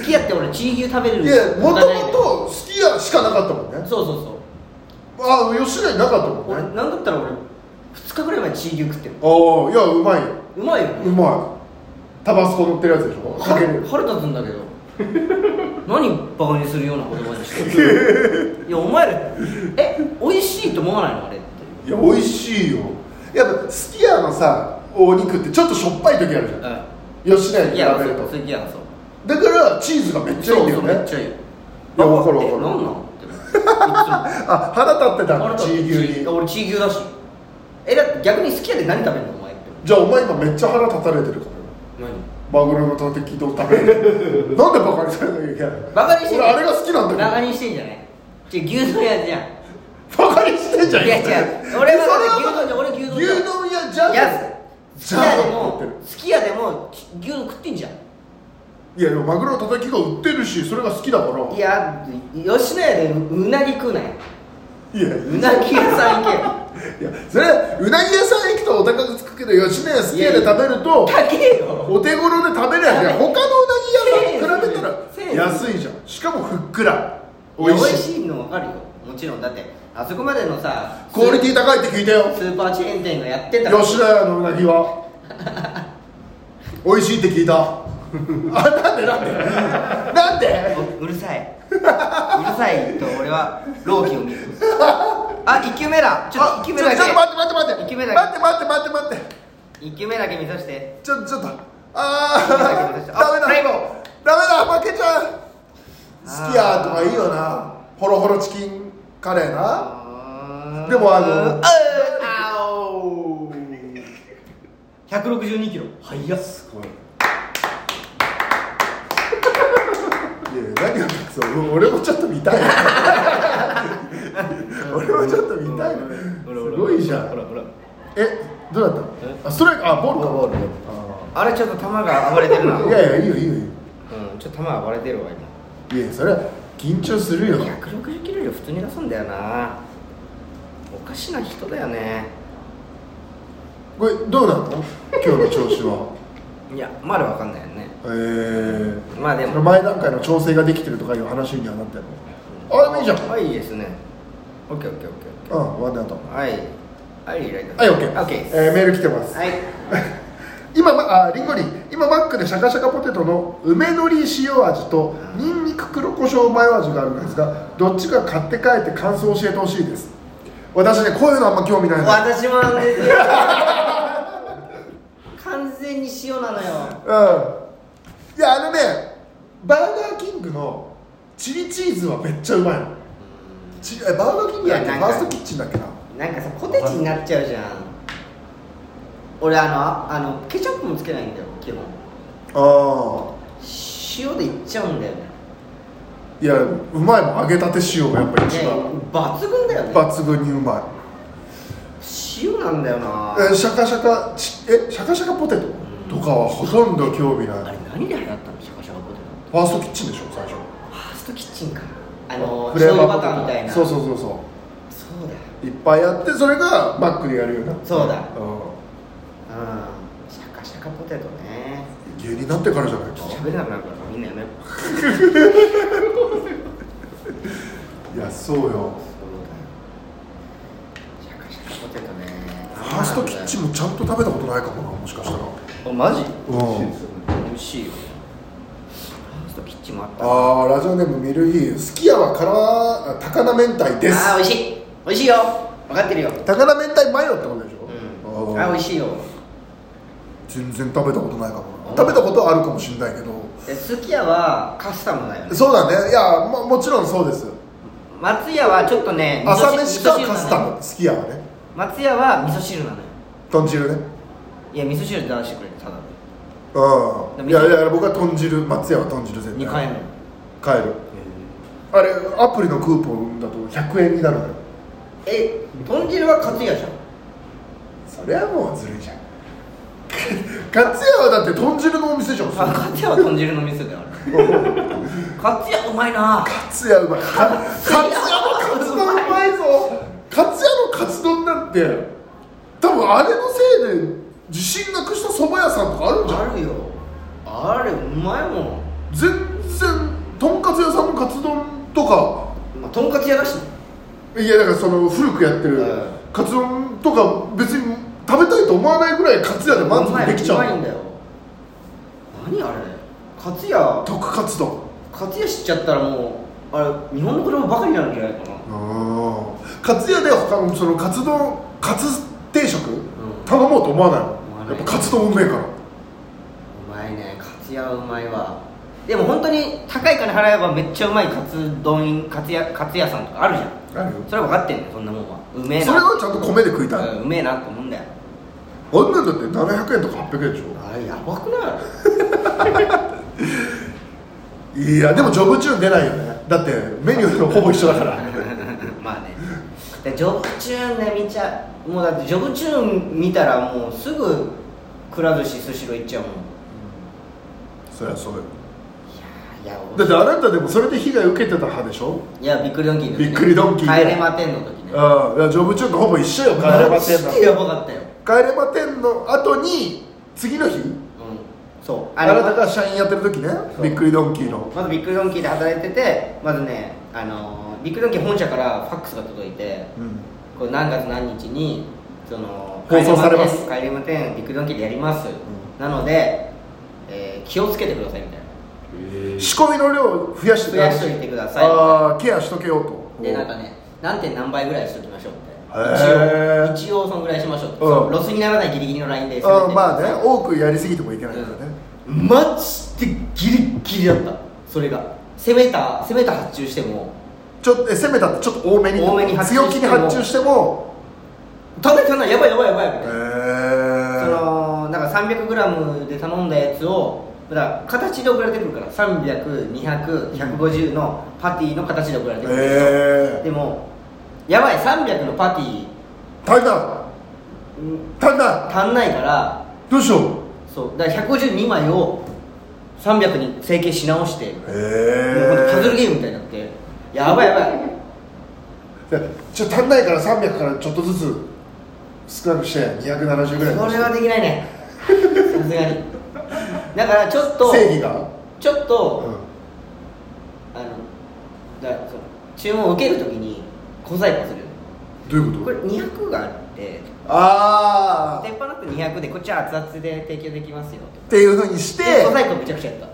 きやって俺チー牛食べれる
いやも
他
と
ないの
も
よ
とすき家しかなかったもんね
そうそうそう
ああ吉野になかったも
俺
んね
なんだったら俺2日ぐらい前チー牛食ってる
ああいやうまいよ
うまいよ
う
ね
まいタバスコ乗ってるやつでしょかけ
腹
る
腹立つんだけど 何バカにするような言葉にして るいやお前らえ美味しいと思わないのあれって
いや美味しいよやっぱすき家のさお肉ってちょっとしょっぱい時あるじゃん吉野
うん
家
い
に
や
比べると
次やんそう
だからチーズがめっちゃいいんだよ
そうそうめっ
ね
ちゃいいよ
いやわかるわかる
えなんなんって思っていつも
あ腹立ってたん だチー牛に
俺チー牛だしえだって逆に好きやで何食べんのお前って
じゃあお前今めっちゃ腹立たれてるから
何
マグロのたたき丼食 べるなんでバカにされなきゃいけないの
バカにしてん
俺あれが好きなんだけど
バカにしてんじゃない違う牛丼屋じゃん
バカにしてんじゃん
いや違う俺はだって
それ
牛丼で俺牛丼
牛丼屋じゃん
いや好き
じゃ
や
あ
でも
って言ってる
好きやでも牛丼食ってんじゃん
いやでもマグロのたたきが売ってるしそれが好きだから
いや吉野家でうなぎ食うなよ
いや
うなぎ屋さん行けよ
いやそれうなぎ屋さん行くとお高くつくけど吉野家好き家で食べると
高えよ
お手頃で食べるやつが他のうなぎ屋と比
せーの
べたら安いじゃんしかもふっくら
美
美味
味
しい
しいの分かるよもちろんだってあそこまでのさ
クオリティ高いって聞いたよ
スーパーチェーン店がやってんだから
吉野家のうな ぎは美味しいって聞いたあなんでなんでなんで
ううるさいうるさいと俺は老期を見るあ一1球目だちょっと
あ
1
ち
球
ょ
目だけ
ちょっと待って待って待
一
って
球
待
目
っ
だ
て
け
待って待って待って
1球目だけ見させて
ちょちょっとあ
一球目だけ見さ
ー
せて
ダメだ
あプレイボール
ダメだ負けちゃう好きやとかいいよなホロホロチキンカレーなでもあの
うーあおー162キロ速っす
すごいいや何をそう俺もちょっと見た い俺もちょっと見たいすごいじゃ
ほら
ん
ほら
えどうだったあストライクあボールかボール
あれちょっと球が暴れてるな
いやいやいいよいいよいいよ
うんちょっと球が暴れてるわ
いやそれは緊張するよ
今160キロより普通に出すんだよなおかしな人だよね
これどうなの今日の調子は
いやまだわかんないよね
えー、
まあでも
その前段階の調整ができてるとかいう話にはなってるのあでもいいじゃん
あいいですねオッケーオッケーオッケー
うんワンダウト
はいはいライト
はい OK、
オッケー
えーメール来てます
はい
今まあリンゴリン今マックでシャカシャカポテトの梅のり塩味とニンニク黒胡椒マヨ味があるんですがどっちか買って帰って感想を教えてほしいです私ねこういうのあんま興味ないの
私もあれですよ 完全に塩なのよ
うんいやあのねバーガーキングのチリチーズはめっちゃうまいのちえバーガーキングだっけ
い
フ
やなん
ァ
か
ーストキッチンだっけな
なんかさポテチになっちゃうじゃん俺あのああのケチャップもつけないんだよ基本
あ
塩でいっちゃうんだよね
あいやうまいもん揚げたて塩がやっぱ一
ね
番
抜群だよね
抜群にうまい
塩なんだよな
えシャカシャカちえシャカシャカポテトとかはほとんど興味ない
あれ何で流行ったのシャカシャカポテト
ファーストキッチンでしょ最初
ファーストキッチンかあの
フレ
醤
ーバ
油
ー
バ
ポ
ターみ
テト
たいな
そう
う
そうそうそ
そうだよ
ういっぱいあってそれがバックでやるようになった
そうだ
うん
うんシャカシャカポテトね
芸人になってからじゃないか
喋れなくなるからみんなやめよう
いやそうよ
シャカシャカポテトね
ファーストキッチンもちゃんと食べたことないかもなもしかしたら
あマジ
う
美味しい
ん
ですよね
美味しいよハウスとキッチンもあったあ
ああラジオネームミルフィーユすき家はから高菜明太です
あー美味しい美味しいよ分かってるよ
高菜明太マヨってことでしょ、
うんあー美味しいよ
全然食べたことないかもな食べたことはあるかもしれないけど
えすき家はカスタムだよね
そうだねいや、ま、もちろんそうです
松屋はちょっとね味噌
朝
汁
飯か
味噌汁なのよ
カスタムすき家はね
松屋は味噌汁なのよ
豚汁ね
いや味噌汁出してくれるただ
う
で
んいやいや僕は豚汁松屋は豚汁
で
絶
2
対
回目
買えるあれアプリのクーポンだと100円になるのよ
え豚汁は勝屋じゃん
それはもうずるいじゃん カツヤはだって豚汁のお店じゃん
あ 勝屋は豚汁の店だよあれ勝屋うまいな
カツヤうまいカツヤのカツ丼うまいぞカツヤのカツ丼なんて多分あれのせいで自信なくした蕎麦屋さんとかあるんじゃん
あるよあれうまいもん、
全然とんかつ屋さんのカツ丼とか
まあ、とんかつ屋だし
いやだからその古くやってる
うん
カツ丼とか別に食べたいと思わないぐらいカツヤで満足できちゃ
うまいうんだよ何あれ勝屋
特カツ丼
勝屋知っちゃったらもうあれ日本の車ばかりになるんじゃないかな
あーカツ屋で他のそのカツ丼カツ定食、頼もうと思わない
思わな
の
い
やっぱカツ丼うめえから
うまいねカツ屋うまいわでも本当に高い金払えばめっちゃうまいカツ丼カツ屋カツ屋さんとかあるじゃん
あるよ
それは分かってんねそんなもんはうめえな
それはちゃんと米で食いたい、
うんうめえなと思うんだよ
あんなんだって700円とか800円でし
あれやばくない
ょいやでもジョブチューン出ないよねだってメニューとほぼ一緒だから
まあねでジョブチューンね見ちゃうもうだってジョブチューン見たらもうすぐくら寿司スシロー行っちゃうもん
そりゃそうよ
いや
だってあなたでもそれで被害受けてた派でしょ
いやびっくりドンキーの時ね
びっくりドンキー
帰れまてんの時ね
ああいやジョブチューンとほぼ一緒よ帰れまてんの
マジでやばかったよ
帰れまてんの後に次の日
うんそう
あ
れ
なたが社員やってる時ね
そう
びっくりドンキーの
まずビッグドンキーで働いててまずねあのービッグドンキー本社からファックスが届いて
うん
これ何月何日にその
放送されます
帰りまてんビッグドンキーでやります、
ん
なので、えー気をつけてくださいみたいな
え
仕込みの量を増やして
増やしといてください
ああケアしとけようと
でなんかね何点何倍ぐらいしときましょうみたい
へ
な
ー
一応一応そんぐらいしましょうって、
うん
そうロスにならないギリギリのラインで
うんまあね
ね
多くやりすぎてもいけないからね、
マジでギリギリだったそれが攻めた攻めた発注しても
ちょっとえ攻めたってちょっと多めに
多めに発注して
強
も
気に発注しても
食べてないやばいやばいやばいみたい
へ
な、
え
そのなんか 300g で頼んだやつをだから形で送られてくるから300200150のパティの形で送られてくる、
へえ
でもやばい300のパティ
足りな
うん
い足りな
足んないから
いどうしよう
そうだから152枚を300に成形し直して、
へ
もうほんとパズル
え
ゲームみたいになってやばいやばい
ちょ足りないから300からちょっとずつ少なくして270ぐらい
それはできないねさすがにだからちょっと
正義が、
ちょっ
う
と、
ん、
あのだからその注文を受けるときに小細工する
どういう
こ
こ
れ
と
200があって
ああ
鉄板だと200でこっちは熱々で提供できますよ
っていうふうにして
で小細工めちゃくちゃやっ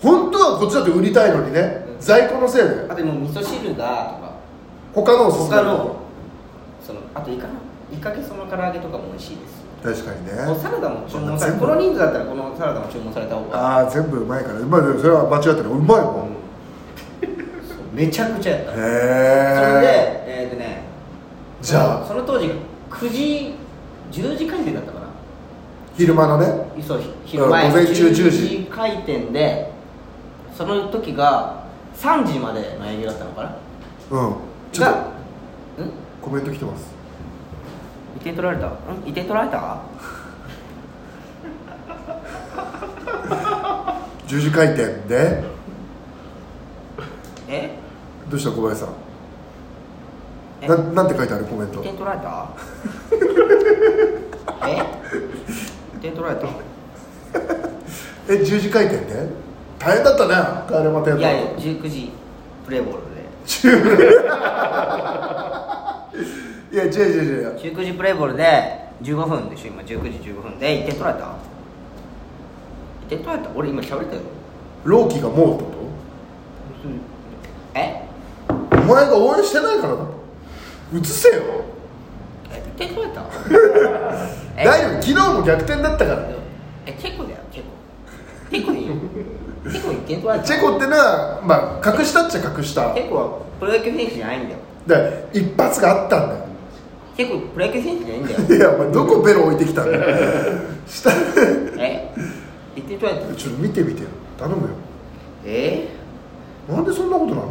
本当はこっちだって売りたいのにね
うん
在庫のせいで
たあともう味噌汁がとか
他のを勧め
他
る
のそのあとイカのイカゲソの唐揚げとかも美味しいです
確かにね
おサラダも注文さ
全
れ
部
この人数だったらこのサラダも注文された方が
ああ全部うまいからまあでもそれは間違ってないうまいもん、へ
そうめちゃくちゃやったそれ
え
でえっ、とね
じゃあ
その当時9時10時開店だったかな
昼間のね
そうひ昼前
午前中10時
開店でその時が3時までの営業だったのかな
うんちょっと
がうん
コメント来てます
移転取られたうん移転取られた
十字回転で
え
どうした小林さん
え
ななんて書いてあるコメン
移
ト
転取られた え移転取られた
え十字回転で大変だったね帰れまてん
い
の
やいや19時プレーボールで
いや違う違う違う
19時プレーボールで15分でしょ今19時15分で1点取られたえどうやった俺今喋ったよ
朗希がもうってこ
え
とお前が応援してないからだろ映せよ
ええどうや ったえ
大丈夫昨日も逆転だったからよ
えチェコだよチェコチェコにチェコに点取られた
チェコってのはまあ隠したっちゃ隠した
チェコはプロ野球選手じゃないんだよ
で一発があったんだよ
チェコプロ野球選手じゃないんだよ
いやお前どこベロ置いてきたんだ よ下ち
え言ってどうやった
ょっと見てみてよ頼むよ
え
なんでそんなことなの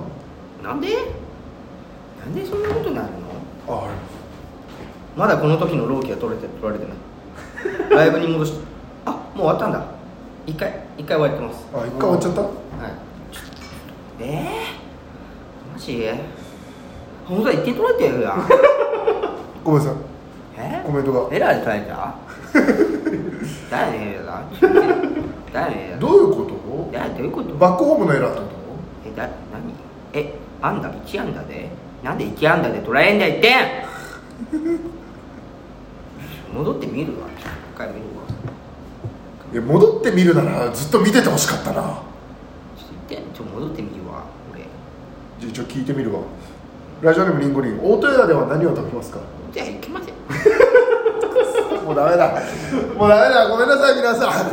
ー、なんでなんでそんなことになるの
ああ
まだこの時の朗希は取れて取られてないライブに戻してあもう終わったんだ一回一回終わってます
あ一回終わっちゃった
はいちょっとえー、マジ本当だ一点取られてる やん
ごめんなさい
え
コメントが
エラーで取られ た誰のエラー誰のエラー
どういうこ
えどういうことと
バックホームのエラーってこ
えだ何えアンダー1アンダーでなんで1アンダーで取られんだ1点戻って見るわ一回見るわ
といや戻って見るならずっと見ててほしかった
ち
な
ょっと一点ちょっと戻ってみるわ俺
じゃあ一応聞いてみるわラジオネームリンゴリン大戸屋では何を食べますか
じゃあ行きません
もうダメだもうダメだごめんなさい皆さん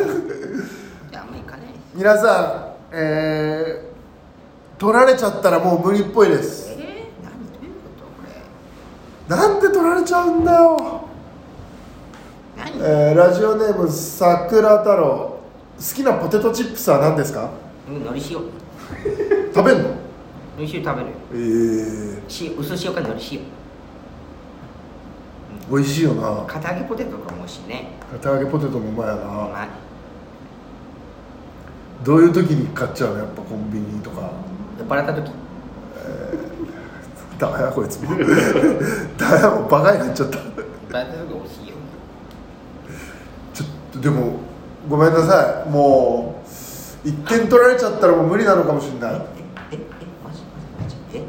じゃああんま行かないです
皆さんえー、取られちゃったらもう無理っぽいです
えー、何どういうことこれ
なんで取られちゃうんだよ、
何
えー、ラジオネーム桜太郎好きなポテトチップスは何ですか
うんのり塩の
食べんの
り塩食べるよ
ええ
塩薄塩かのり塩
美味しいよな
片揚げポテトとかも美味しいね
片揚げポテトもうまいうな
まい
どういう時に買っちゃうのやっぱコンビニとか
酔っ払った時
ダメやこいつもダメやもうバカになっちゃった
酔っ払った時美味しいよ
ちょっとでもごめんなさいもう1点取られちゃったらもう無理なのかもしれない
ええマジマジマジえ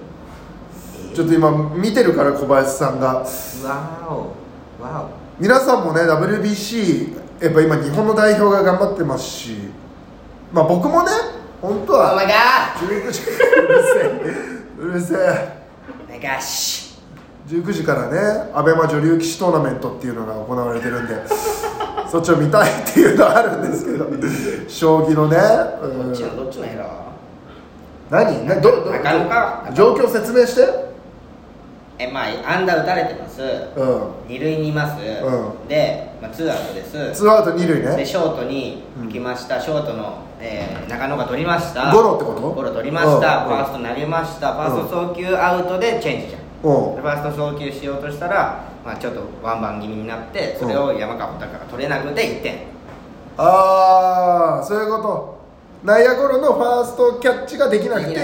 え
ちょっと今見てるから小林さんが
わーおわ
皆さんもね WBC やっぱ今日本の代表が頑張ってますしまあ僕もね本当
おお
は
前が
19時うるせえうるせえ
お前がし
19時からねアベマ女流棋士トーナメントっていうのが行われてるんで そっちを見たいっていうのはあるんですけど将棋のね、
ど
う
っ
ん
ちのどっちのやろ
何ねどど
中野か
状況説明して
えまあアンダー打たれてます
うん
二塁にいます、
う
で、まあ、ツーアウトです
ツーアウト二塁
で
ね
ショートに行きました、ショートの、えー中野が取りました
ゴロってこと
ゴロ取りました、
うん
ファースト投げましたファースト送球アウトでチェンジじゃん
うん
でファースト送球しようとしたら、まあ、ちょっとワンバン気味になってそれを山川穂高が取れなくて1点、
ああそういうこと内野ゴロのファーストキャッチができなくて
でき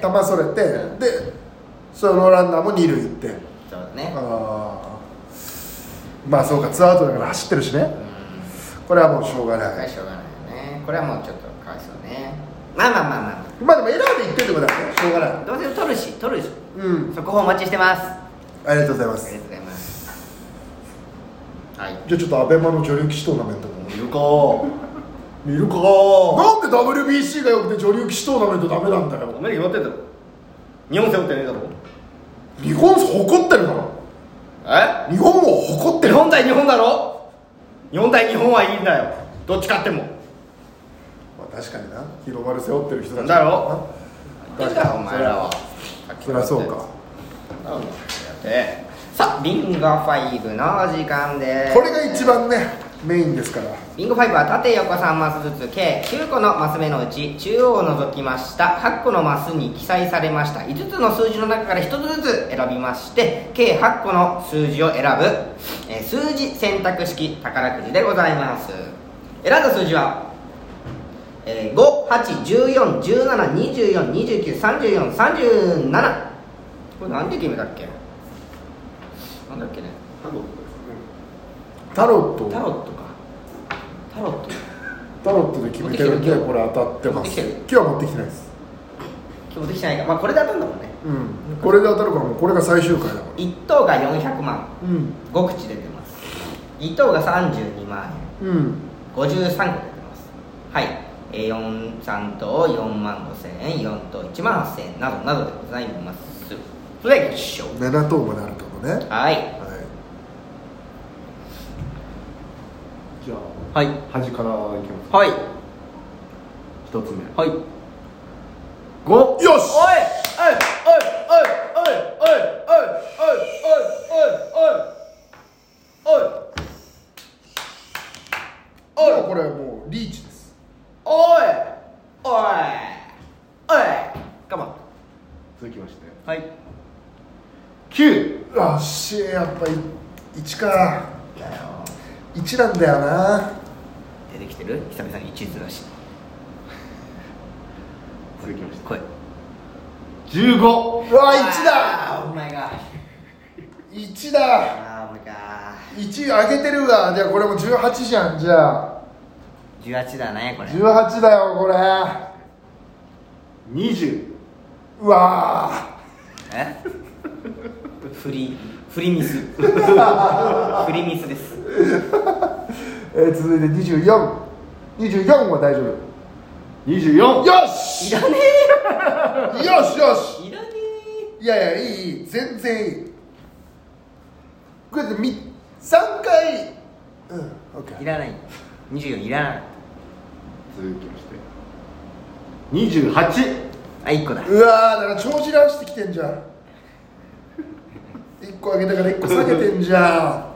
なくて
球それて
うん
でそのランナーも二塁行って
そうだね
ああまあそうかツーアウトだから走ってるしね
うん
これはもうしょうが
これ
な
はいしょうがないよねこれはもうちょっとかわいそうねまあまあまあま
まあでもエラーで言ってるってことだねしょうがない
あどうせ取るし取るし
うん
速報お待ちしてますあ
ありがとうございま
りが
す
とうございますはい
じゃあちょっとアベマの女流棋士トーナメントも
見るか
見るかなんで WBC がよくて女流棋士トーナメントダメなんだよ
前ら決まってんだろ日本背負ってねえだろ
日本誇ってるから
え
日本を誇ってる
本対日本だろ日本対日本はいいんだよどっち勝っても
まあ確かにな日の丸背負ってる人たち
だろ何だお前らは
そりゃそうか
なんだってさあビンゴファイブの時間です
これが一番ねメインですから
ビンゴファイブは縦横3マスずつ計9個のマス目のうち中央を除きました8個のマスに記載されました5つの数字の中から1つずつ選びまして計8個の数字を選ぶ、えー数字選択式宝くじでございます選んだ数字は、えー、58141724293437これなんで決めたっけなんだっけね
多分ですね
タロット
タロットかタロット
タロットで決めてるん
持って
で
きてる
これ当たってま
持ってき
す
てる
今日は持ってきてないです
今日できてないかまあこれで当たんだもんね
うんこれで当たるからもうこれが最終回だから
1等が400万
うん
5口出てます2等が32万円
うん
53個出てますはい、えー、4 3等4万5000円4等1万8000円などなどでございますそれでは行きましょう
7等まであるとのね、は
は
い
い
じゃ
はい
あ端からいきます
はい
一つ目
はい
五
よし
おい
おいこれはもうリーチです
おいおいおいカモン
続きまして
はい
九
あっしやっぱり1か1なんだよな
出てきてる久々に一途だし
続きまして
来い
十五
うわ1だ
あーお前が
1だ
あーお前か
1上げてるわじゃあこれも18じゃんじゃあ
18だねこれ
18だよこれ
二十
うわ
えフリフリミスフリミスです
ー、えー続いて2424 24は大丈夫
二十四
よし
いらね
よしよし
えいらね
いやいやいいいい全然いいこれで3回うんオッケ
えい
ー
らない24いらない
続きまして二十八
あ一1個だ
うわーだから帳尻合わせてきてんじゃん1個上げたから1個下げてんじゃ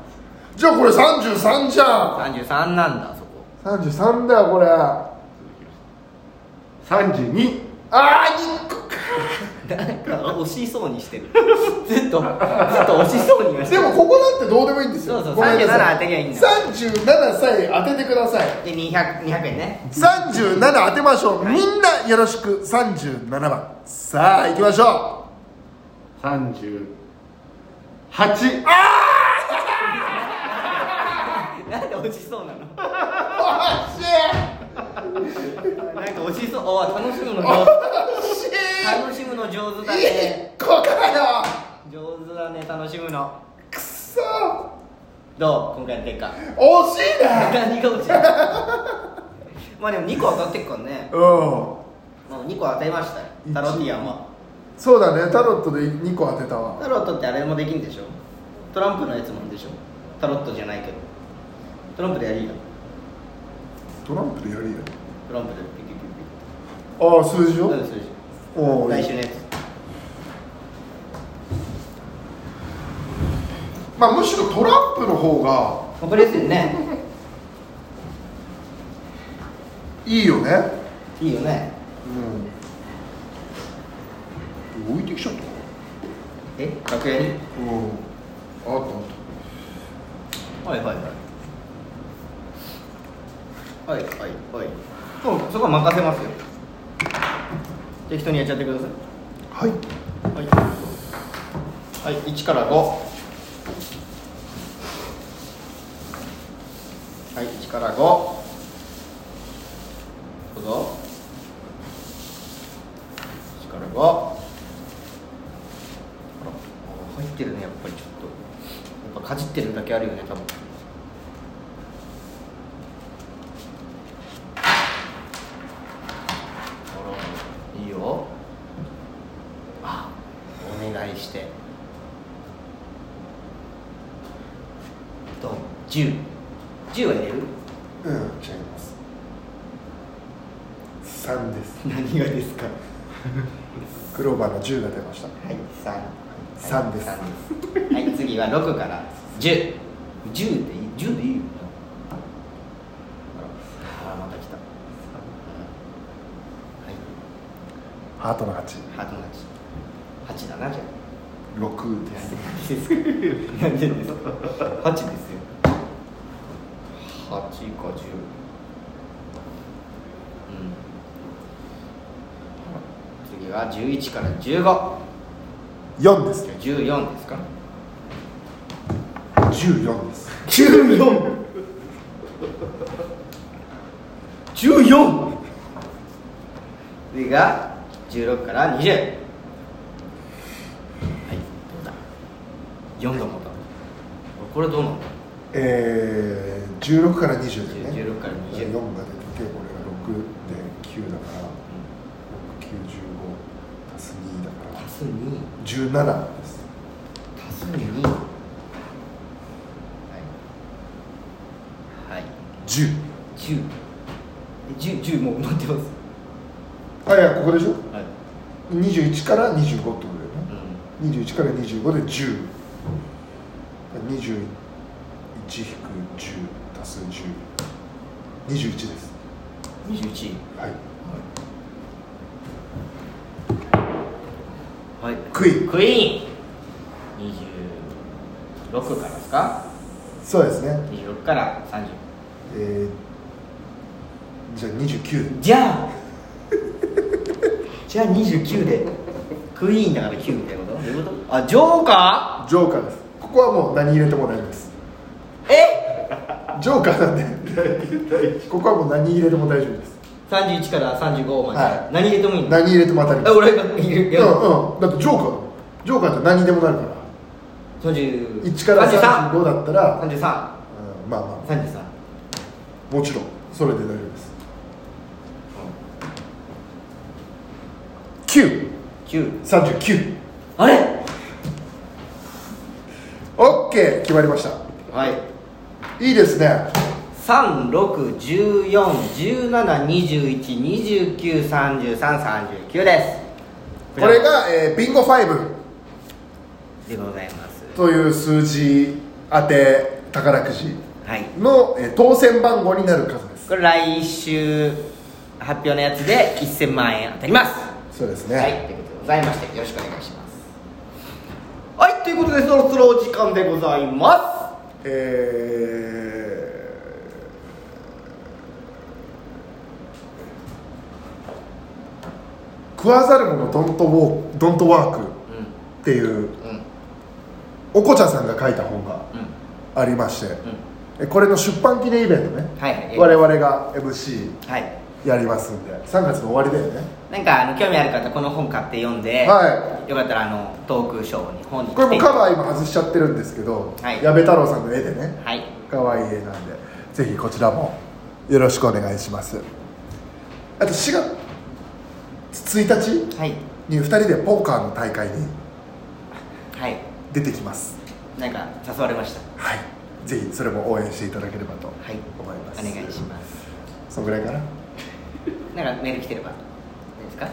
んじゃあこれ33じゃん
33なんだそこ
33だよこれあ
続きまして三十二
あ2個か
なんか惜しそうにしてるずっとずっと惜しそうにはして
で
る
もここなんてどうでもいいんですよ
そうそう
ごめんなさ
37当てりゃいいんだ
37さえ当ててください
で 200, 200円ね
37当てましょうみんなよろしく37番さあ行きましょ
三十八
なんで落ちそうなの
う惜しい
なんか落ちそうお楽しむの上
しい
手楽しむの上手だね
一個かよ
上手だね楽しむの
くそ
どう今回の結果
惜しいね
何が落ちたまあでも2個当たってっからね
うん
もう2個当たりましたよタロティアンは
そうだねタロットで2個当てたわ
タロットってあれもできんでしょトランプのやつもあるでしょタロットじゃないけどトランプでやりいよ
トランプでやるよ
トランプでピキピキピキ
ああ数字を
うんそれじ
お
ゃん
お
来週のやつ
まあむしろトランプの方が
ここですよね
いいよね
いいよね
うん置いてきちゃった
え楽屋に
うんあったあ
は
っ
いはいはいはいはいはいそうそこは任せますよ適当にやっちゃってください
たはい
はい。はい、一から五。はい、一から五。どうぞ。一から五。あら、入ってるね、やっぱりちょっと。やっぱかじってるだけあるよね、多分。あら、いいよ。あお願いしてと1010は入れる
うん違います3です
何がですかは
クローバーの10が出ました
い
三
3
です
ですはい次は6から1010でいい10でいいよあらあらまた来たはい
ハートの8
ハートの8 8だなじゃあ
6です
ですか何でですか8ですよ8か10うん次は11から15
4ですね
14ですか
14です
14 14次が16から20はいどうだ4度もだこれどうなんだ
えー、16から20でね
16から20
4が出ててこれが9だから6915足す2だから
足す2
17です
足す2はいはい
10
10え10 10もう埋まってます
あいやここでしょ
はい、
21から25ってことだよ
う
ね
ん
21から25で10 21引く10足す1021です
21
はい
はい
クイーン
クイーン26からですか
そうですね
26から30
えー、じゃあ29
じゃあ じゃあ29でクイーンだから9みたいなことどういうことあジョーカ
ジョーカーですここはもう何入れても大丈夫です
ーえ
ジョーカーなんでここはもう何入れても大丈夫です
31から35まで、
はい
何入れてもいいの
何入れても当たり
え
ます
俺がいるいや
うんうんだってジョーカーだもんジョーカーって何にでもなるから
30
1から35だったら、
3333
うんまあま
33
あもちろんそれで大丈夫です
9
939
あれ
オッケー決まりました
はい
いいですね
36141721293339です
これが、えービンゴ5
でございます
という数字当て宝くじ
はい
の、えー当選番号になる数です
これ来週発表のやつで1000万円当たります
そうですね、
はいということでございましてよろしくお願いしますはいということでそろそろお時間でございま
えー食わざる者ドントウォードントワー
すう
クっていうん
うん
おこちゃさんが書いた本が
う
ありまして
んうん
えこれの出版記念イベントね、
はいはい
我々が MC
はい
やりますんで3月の終わりだよね
なんかあの興味ある方この本買って読んで、
は
よかったらあのトークショーに本に
これもカ
ー
バー今外しちゃってるんですけど、
はい
矢部太郎さんの絵でね
はい
可愛い絵なんでぜひこちらもよろしくお願いしますあと4月1日
はい
に2人でポーカーの大会に
はい
出てきます
なんか誘われました
はいぜひそれも応援していただければと
はい
思います、
お願いします
すそのぐらいかな
なんかメール来てればいいですかは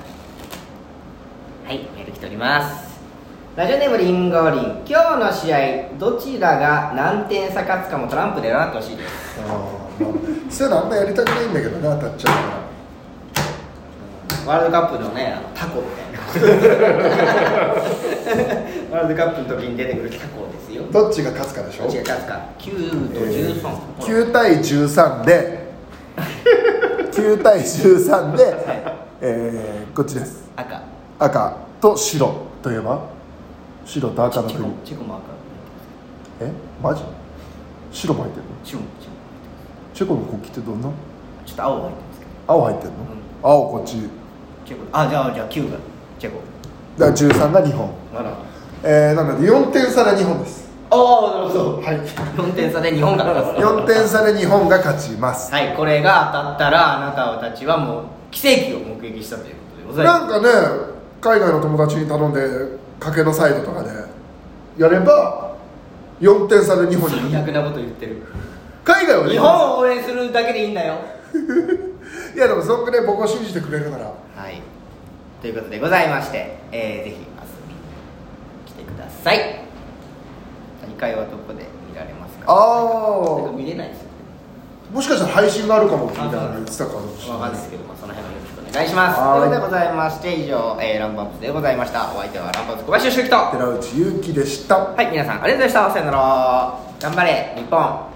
いメール来ておりますラジオネームリンゴリン今日の試合どちらが何点差勝つかもトランプで占ってほしいです
あー、まあ、そういうのあんまやりたくないんだけどな当たっちゃうから
ワールドカップのねあのタコみ たいなワールドカップの時に出てくるタコですよ
どっちが勝つかでしょ
どっちが勝つか9と
え
13、
ー
ほら
9対13で 9対13で、
は
えーこっちです
赤
赤と白といえば白と赤の
チェコ
国
チェコも赤
えマジ白も入ってるの
チュンチュン
チェコの国旗ってどんな
ちょっと青が入ってますけど
青入ってるの、青こっち
チェコあじゃあじゃあ9がチェコ
だから13が日本
なるほ
えー、なので4点差で日本です
どああなるほど
はい
4点差で日本が勝つ
4点差で日本が勝ちます
はいこれが当たったらあなたたちはもう奇跡を目撃したということでございます
なんかね海外の友達に頼んで賭けのサイトとかでやれば4点差で日本に
最悪なこと言ってる
海外はね
日本を応援するだけでいいんだよ
いやでもそんくらい僕を信じてくれるなら
はいということでございまして、えー、ぜひ遊びに来てください大会はどこで見られますか
あー
なんか見れないですよ
もしかしたら配信があるかもみたいなの言ってたかもしれ
わか
なんい
ないですけど、まあ、その辺もよろしくお願いしますと
は
い
い
うことでございまして以上、えー、ランバップスでございましたお相手はランバップス小林俊樹とは
寺内優輝でした
い皆さんありがとうございましたさよなら頑張れ日本